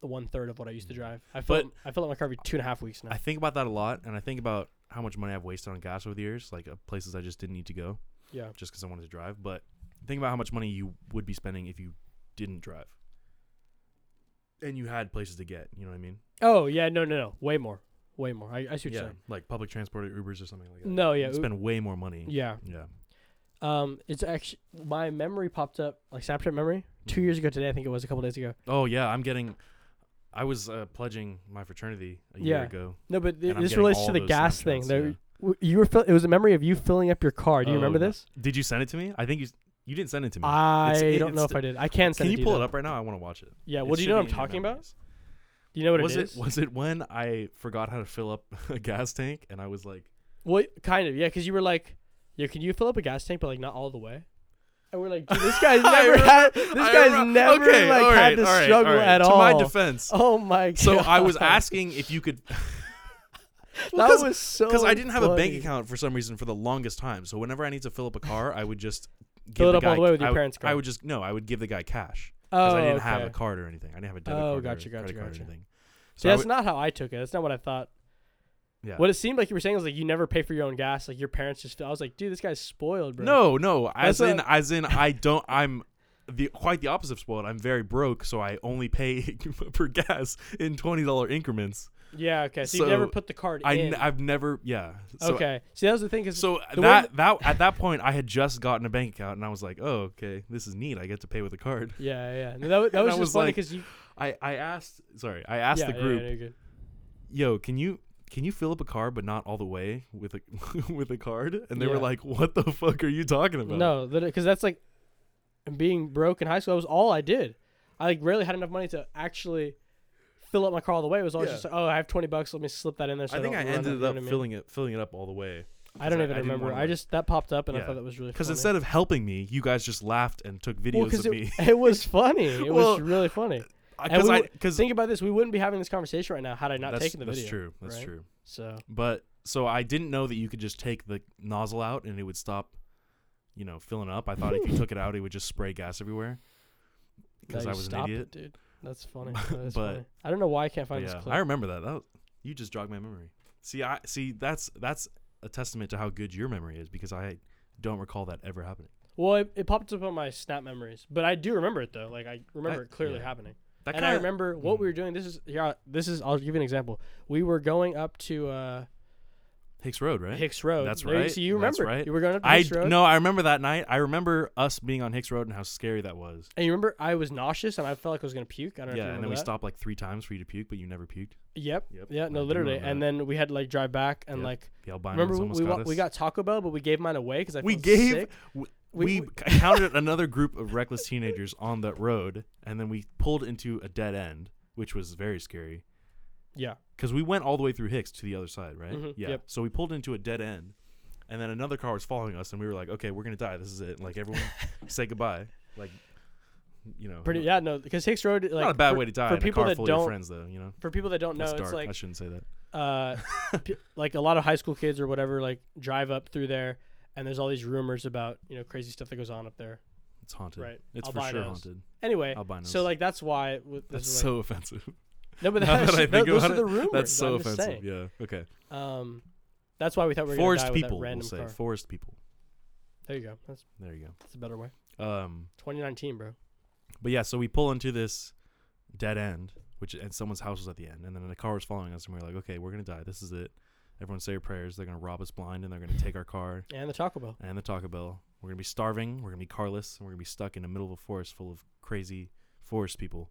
Speaker 2: the one third of what I used to drive. I fill
Speaker 1: Mm. But-
Speaker 2: up, I fill up my car every two and a half weeks now.
Speaker 1: I think about that a lot, and I think about how much money I've wasted on gas over the years, like uh, places I just didn't need to go
Speaker 2: yeah,
Speaker 1: just because I wanted to drive. But think about how much money you would be spending if you didn't drive, and you had places to get. You know what I mean?
Speaker 2: Oh yeah, no, no, no, way more, way more. I, I see what you're
Speaker 1: yeah,
Speaker 2: saying.
Speaker 1: like public transport or Ubers or something like that.
Speaker 2: No, Mm, yeah,
Speaker 1: You'd
Speaker 2: u-
Speaker 1: spend way more money.
Speaker 2: yeah.
Speaker 1: Yeah.
Speaker 2: Um, it's actually my memory popped up like Snapchat memory two
Speaker 1: Mhm.
Speaker 2: years ago today. I think it was a couple days ago.
Speaker 1: Oh yeah, I'm getting. I was uh, pledging my fraternity a year
Speaker 2: Yeah.
Speaker 1: ago.
Speaker 2: No, but
Speaker 1: and
Speaker 2: th-
Speaker 1: I'm
Speaker 2: this
Speaker 1: getting
Speaker 2: relates
Speaker 1: all
Speaker 2: to the
Speaker 1: those
Speaker 2: gas
Speaker 1: Snapchats,
Speaker 2: thing.
Speaker 1: yeah.
Speaker 2: There, w- you were fill- it was a memory of you filling up your car. Do you
Speaker 1: Oh,
Speaker 2: remember
Speaker 1: no.
Speaker 2: this?
Speaker 1: Did you send it to me? I think you s- you didn't send it to me.
Speaker 2: I
Speaker 1: it-
Speaker 2: don't know
Speaker 1: it's
Speaker 2: if I did. I can
Speaker 1: Can
Speaker 2: send it
Speaker 1: you
Speaker 2: to
Speaker 1: pull it
Speaker 2: though.
Speaker 1: up right now? I want to watch it.
Speaker 2: Yeah.
Speaker 1: It
Speaker 2: Well, do you
Speaker 1: should
Speaker 2: know
Speaker 1: be
Speaker 2: what I'm
Speaker 1: in your
Speaker 2: talking about?
Speaker 1: memories.
Speaker 2: Do you know what
Speaker 1: was
Speaker 2: it is?
Speaker 1: was it when I forgot how to fill up a gas tank and I was like,
Speaker 2: Well, kind of. Yeah, because you were like, "Yeah, can you fill up a gas tank, but like not all the way?" And we're like, "Dude, this guy's
Speaker 1: I
Speaker 2: never
Speaker 1: remember-
Speaker 2: had. This
Speaker 1: I
Speaker 2: guy's
Speaker 1: remember-
Speaker 2: never
Speaker 1: okay,
Speaker 2: like
Speaker 1: all
Speaker 2: had
Speaker 1: right,
Speaker 2: this
Speaker 1: all right,
Speaker 2: struggle
Speaker 1: all right.
Speaker 2: at
Speaker 1: to
Speaker 2: all."
Speaker 1: my defense,
Speaker 2: Oh my god.
Speaker 1: so I was asking if you could.
Speaker 2: that
Speaker 1: Well, 'cause-
Speaker 2: was so.
Speaker 1: because I didn't have a bank
Speaker 2: Oh, funny.
Speaker 1: account for some reason for the longest time. So whenever I need to fill up a car, I would just give
Speaker 2: Fill it
Speaker 1: the
Speaker 2: up all
Speaker 1: guy-
Speaker 2: the way with your
Speaker 1: I would-
Speaker 2: parents'
Speaker 1: I
Speaker 2: card.
Speaker 1: would just no, I would give the guy cash
Speaker 2: Oh,
Speaker 1: because I didn't have a
Speaker 2: okay.
Speaker 1: card or anything. I didn't have a debit
Speaker 2: Oh,
Speaker 1: card
Speaker 2: gotcha,
Speaker 1: or
Speaker 2: gotcha,
Speaker 1: credit card
Speaker 2: gotcha.
Speaker 1: or anything.
Speaker 2: See,
Speaker 1: I
Speaker 2: that's
Speaker 1: would-
Speaker 2: not how I took it. That's not what I thought.
Speaker 1: Yeah.
Speaker 2: What it seemed like you were saying was like you never pay for your own gas. Like your parents just. I was like, dude, this guy's spoiled, bro.
Speaker 1: no, no. As
Speaker 2: That's what
Speaker 1: in, as in, I don't. I'm the quite the opposite of spoiled. I'm very broke, so I only pay for gas in twenty dollar increments.
Speaker 2: Yeah. Okay. So, you never
Speaker 1: So,
Speaker 2: put the card
Speaker 1: I n-
Speaker 2: in.
Speaker 1: I've never. Yeah. So,
Speaker 2: okay. See, that was the thing. Cause
Speaker 1: So
Speaker 2: The way
Speaker 1: that that at that point, I had just gotten a bank account, and I was like, "Oh, okay, this is neat. I get to pay with a card."
Speaker 2: Yeah, yeah. No, that, wa- that
Speaker 1: And I
Speaker 2: was just
Speaker 1: was
Speaker 2: funny
Speaker 1: like,
Speaker 2: because you
Speaker 1: I I asked. Sorry, I asked
Speaker 2: yeah,
Speaker 1: the
Speaker 2: yeah,
Speaker 1: group.
Speaker 2: Yeah, you're good.
Speaker 1: yo, can you can you fill up a car but not all the way with a with a card? And they
Speaker 2: Yeah.
Speaker 1: were like, "What the fuck are you talking about?"
Speaker 2: No, because that's like being broke in high school. That was all I did. I like rarely had enough money to actually fill up my car all the way. It was always
Speaker 1: Yeah.
Speaker 2: just like, oh, I have twenty bucks. Let me slip that in there. So
Speaker 1: I think I
Speaker 2: don't run out,"
Speaker 1: ended
Speaker 2: you know
Speaker 1: up
Speaker 2: what I mean?
Speaker 1: filling it filling it up all the way
Speaker 2: I don't
Speaker 1: I-
Speaker 2: even
Speaker 1: I didn't
Speaker 2: remember.
Speaker 1: wanna,
Speaker 2: I
Speaker 1: like-
Speaker 2: just that popped up and I
Speaker 1: Yeah.
Speaker 2: thought that was really
Speaker 1: because
Speaker 2: funny.
Speaker 1: instead of helping me, you guys just laughed and took
Speaker 2: well,
Speaker 1: videos
Speaker 2: because
Speaker 1: of
Speaker 2: it,
Speaker 1: me.
Speaker 2: it was funny. It
Speaker 1: Well,
Speaker 2: was really funny. and
Speaker 1: Because
Speaker 2: we
Speaker 1: I
Speaker 2: would
Speaker 1: because
Speaker 2: Think about this. We wouldn't be having this conversation right now had I not
Speaker 1: that's,
Speaker 2: taken the
Speaker 1: that's
Speaker 2: video.
Speaker 1: true. That's
Speaker 2: right?
Speaker 1: true.
Speaker 2: So
Speaker 1: But so I didn't know that you could just take the nozzle out and it would stop, you know, filling up. I thought if you took it out, it would just spray gas everywhere. Because
Speaker 2: no,
Speaker 1: I
Speaker 2: you
Speaker 1: was an
Speaker 2: stopped
Speaker 1: idiot.
Speaker 2: it, dude. That's funny. That's
Speaker 1: But-
Speaker 2: funny. I don't know why I can't
Speaker 1: But
Speaker 2: find
Speaker 1: yeah,
Speaker 2: this clip.
Speaker 1: I remember that. That was, you just jogged my memory. See, I see that's that's a testament to how good your memory is because I don't recall that ever happening.
Speaker 2: Well, it, it popped up on my snap memories, but I do remember it though. Like I remember
Speaker 1: That-
Speaker 2: it clearly
Speaker 1: yeah.
Speaker 2: happening,
Speaker 1: That
Speaker 2: and I
Speaker 1: kinda- Mm.
Speaker 2: remember what we were doing. This is yeah. This is I'll give you an example. We were going up to uh,
Speaker 1: Hicks Road, right?
Speaker 2: Hicks Road.
Speaker 1: That's
Speaker 2: There you-
Speaker 1: right.
Speaker 2: So you
Speaker 1: That's
Speaker 2: remember?
Speaker 1: right.
Speaker 2: You were going up to
Speaker 1: I
Speaker 2: Hicks
Speaker 1: d-
Speaker 2: Road.
Speaker 1: no, I remember that night. I remember us being on Hicks Road and how scary that was.
Speaker 2: And you remember I was nauseous and I felt like I was gonna puke. I don't know. if
Speaker 1: Yeah,
Speaker 2: you
Speaker 1: and
Speaker 2: remember
Speaker 1: then we
Speaker 2: that.
Speaker 1: stopped like three times for you to puke, but you never puked.
Speaker 2: Yep.
Speaker 1: Yep.
Speaker 2: Yeah.
Speaker 1: I
Speaker 2: No,
Speaker 1: do
Speaker 2: literally.
Speaker 1: remember
Speaker 2: And
Speaker 1: that.
Speaker 2: then we had to like drive back and
Speaker 1: Yep.
Speaker 2: like
Speaker 1: The albino
Speaker 2: remember
Speaker 1: almost
Speaker 2: we
Speaker 1: got
Speaker 2: wa-
Speaker 1: us.
Speaker 2: we got Taco Bell, but we gave mine away because I
Speaker 1: we
Speaker 2: felt
Speaker 1: gave
Speaker 2: sick.
Speaker 1: we,
Speaker 2: We-
Speaker 1: we,
Speaker 2: we-
Speaker 1: counted another group of reckless teenagers on that road and then we pulled into a dead end which was very scary
Speaker 2: Yeah.
Speaker 1: because we went all the way through Hicks to the other side, right?
Speaker 2: Mhm,
Speaker 1: Yeah.
Speaker 2: yep.
Speaker 1: So we pulled into a dead end, and then another car was following us, and we were like, "Okay, we're gonna die. This is it." Like everyone, say goodbye. Like, you know,
Speaker 2: Pretty.
Speaker 1: not,
Speaker 2: Yeah. No, because Hicks Road. Like,
Speaker 1: Uh-huh. not a bad
Speaker 2: for,
Speaker 1: way to die
Speaker 2: for
Speaker 1: in
Speaker 2: people
Speaker 1: a car
Speaker 2: that
Speaker 1: full of your
Speaker 2: don't-
Speaker 1: friends, though. You know,
Speaker 2: For people that don't know,
Speaker 1: That's
Speaker 2: it's
Speaker 1: dark. I
Speaker 2: like
Speaker 1: shouldn't say that.
Speaker 2: uh, p- like a lot of high school kids or whatever like drive up through there, and there's all these rumors about you know crazy stuff that goes on up there.
Speaker 1: It's haunted.
Speaker 2: Right.
Speaker 1: It's for
Speaker 2: Albinos.
Speaker 1: sure haunted.
Speaker 2: Anyway,
Speaker 1: Albinos.
Speaker 2: so like that's why. With, this
Speaker 1: that's
Speaker 2: is, like,
Speaker 1: so offensive.
Speaker 2: No, but
Speaker 1: now
Speaker 2: that's,
Speaker 1: that I think
Speaker 2: those
Speaker 1: about
Speaker 2: are
Speaker 1: it,
Speaker 2: the rumors.
Speaker 1: That's so
Speaker 2: I'm just
Speaker 1: offensive.
Speaker 2: saying.
Speaker 1: Yeah. Okay.
Speaker 2: Um, that's why we thought we were
Speaker 1: Forest
Speaker 2: gonna die
Speaker 1: people.
Speaker 2: with that
Speaker 1: We'll
Speaker 2: random
Speaker 1: say
Speaker 2: car.
Speaker 1: forest people.
Speaker 2: there you go. That's,
Speaker 1: There you
Speaker 2: that's a better way.
Speaker 1: go. Um.
Speaker 2: 2019, bro.
Speaker 1: But yeah, so we pull into this dead end, which and someone's house was at the end, and then the car was following us, and we are like, okay, we're gonna die. This is it. Everyone say your prayers. They're gonna rob us blind, and they're gonna take our car
Speaker 2: And the Taco Bell.
Speaker 1: and the Taco Bell. We're gonna be starving. We're gonna be carless. And we're gonna be stuck in the middle of a forest full of crazy forest people.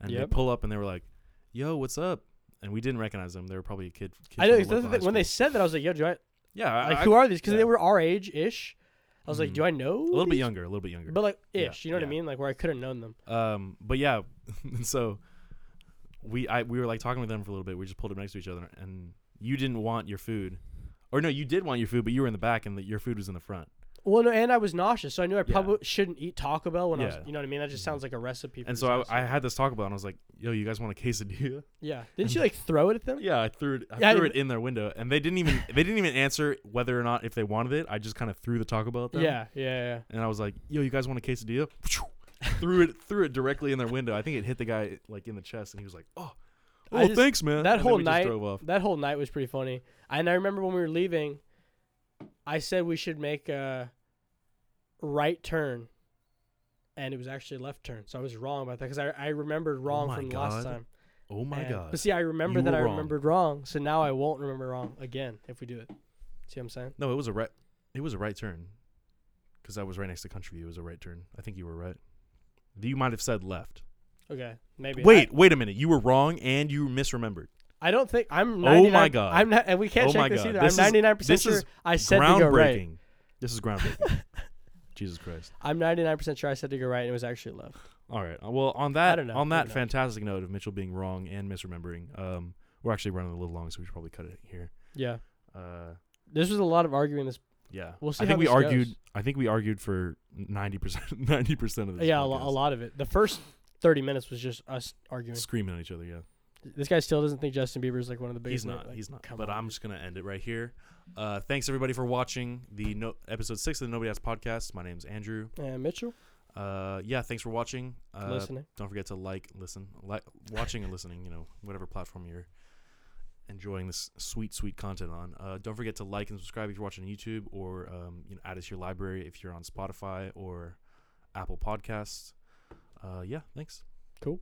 Speaker 1: And
Speaker 2: Yep.
Speaker 1: they pull up, and they were like, "Yo, what's up?" And we didn't recognize them. They were probably a kid. kid
Speaker 2: I know
Speaker 1: from a
Speaker 2: that's the
Speaker 1: local
Speaker 2: thing.
Speaker 1: high
Speaker 2: when they
Speaker 1: school.
Speaker 2: said that, I was like, "Yo, do I
Speaker 1: yeah, I,
Speaker 2: like
Speaker 1: I-
Speaker 2: who are these?" Because
Speaker 1: yeah.
Speaker 2: they were our age ish. I was like,
Speaker 1: Mhm.
Speaker 2: "Do I know?"
Speaker 1: a little bit
Speaker 2: these?
Speaker 1: younger, a little bit younger.
Speaker 2: but like
Speaker 1: Yeah,
Speaker 2: ish. You know what I
Speaker 1: yeah.
Speaker 2: mean? Like where I could have known them.
Speaker 1: Um, but yeah, so we I we were like talking with them for a little bit. We just pulled up next to each other, and you didn't want your food, or no, you did want your food, but you were in the back, and the, your food was in the front.
Speaker 2: Well, no, and I was nauseous, so I knew I
Speaker 1: Yeah.
Speaker 2: probably shouldn't eat Taco Bell when I was.
Speaker 1: Yeah.
Speaker 2: You know what I mean? That just sounds like a recipe. For
Speaker 1: And so
Speaker 2: disaster.
Speaker 1: I, I had this talk about, it, and I was like, "Yo, you guys want a quesadilla?"
Speaker 2: yeah. Didn't you like throw it at them?
Speaker 1: Yeah, I threw it. I
Speaker 2: Yeah, I
Speaker 1: threw it
Speaker 2: didn't-
Speaker 1: in their window, and they didn't even they didn't even answer whether or not if they wanted it. I just kind of threw the Taco Bell at them.
Speaker 2: Yeah, yeah, yeah.
Speaker 1: and I was like, "Yo, you guys want a quesadilla?" threw it threw it directly in their window. I think it hit the guy like in the chest, and he was like, "Oh,
Speaker 2: I
Speaker 1: oh,
Speaker 2: just-
Speaker 1: thanks, man."
Speaker 2: that
Speaker 1: And then
Speaker 2: whole
Speaker 1: we
Speaker 2: night-
Speaker 1: just drove off.
Speaker 2: That whole night was pretty funny. And I remember when we were leaving, I said we should make a right turn, and it was actually a left turn. So I was wrong about that because I, I remembered wrong
Speaker 1: Oh my
Speaker 2: from
Speaker 1: God.
Speaker 2: last time.
Speaker 1: Oh my
Speaker 2: And-
Speaker 1: god!
Speaker 2: But see, I remember
Speaker 1: You
Speaker 2: that
Speaker 1: were
Speaker 2: I
Speaker 1: wrong.
Speaker 2: remembered wrong, so now I won't remember wrong again if we do it. See what I'm saying?
Speaker 1: No, it was a right. It was a right turn, because I was right next to Country View. It was a right turn. I think you were right. You might have said left.
Speaker 2: Okay, maybe.
Speaker 1: Wait, wait a minute. You were wrong, and you misremembered.
Speaker 2: I, I don't think I'm.
Speaker 1: Oh my
Speaker 2: 99
Speaker 1: God.
Speaker 2: I'm not, and we can't
Speaker 1: Oh my
Speaker 2: check this
Speaker 1: God.
Speaker 2: either.
Speaker 1: This is-
Speaker 2: I'm 99 percent
Speaker 1: this
Speaker 2: sure
Speaker 1: is
Speaker 2: I said to go right.
Speaker 1: groundbreaking. This is groundbreaking. Jesus Christ.
Speaker 2: I'm 99 percent sure I said to go right, and it was actually left.
Speaker 1: All right. uh, Well, on that
Speaker 2: don't know.
Speaker 1: on
Speaker 2: I
Speaker 1: that
Speaker 2: don't know.
Speaker 1: fantastic note of Mitchell being wrong and misremembering, um, we're actually running a little long, so we should probably cut it here.
Speaker 2: Yeah,
Speaker 1: Uh,
Speaker 2: this was a lot of arguing. This
Speaker 1: yeah.
Speaker 2: We'll see
Speaker 1: I
Speaker 2: how
Speaker 1: think we
Speaker 2: this
Speaker 1: argued.
Speaker 2: goes.
Speaker 1: I think we argued for ninety percent. Ninety percent of this.
Speaker 2: yeah, a, lo- a
Speaker 1: podcast.
Speaker 2: lot of it. The first 30 minutes was just us arguing.
Speaker 1: Screaming at each other. Yeah.
Speaker 2: This guy still doesn't think Justin Bieber is like one of the biggest.
Speaker 1: He's not.
Speaker 2: like,
Speaker 1: he's not.
Speaker 2: come
Speaker 1: But
Speaker 2: on,
Speaker 1: I'm
Speaker 2: dude.
Speaker 1: just gonna end it right here. Uh, thanks everybody for watching the no- episode six of the Nobody Asked podcast. My name's Andrew.
Speaker 2: And Eh, Mitchell
Speaker 1: Uh, yeah, thanks for watching. Uh,
Speaker 2: listening.
Speaker 1: Don't forget to like, listen, like, watching and listening. You know, whatever platform you're enjoying this sweet, sweet content on. Uh, don't forget to like and subscribe if you're watching on YouTube, or um, you know, add us to your library if you're on Spotify or Apple Podcasts. Uh, yeah, thanks.
Speaker 2: Cool.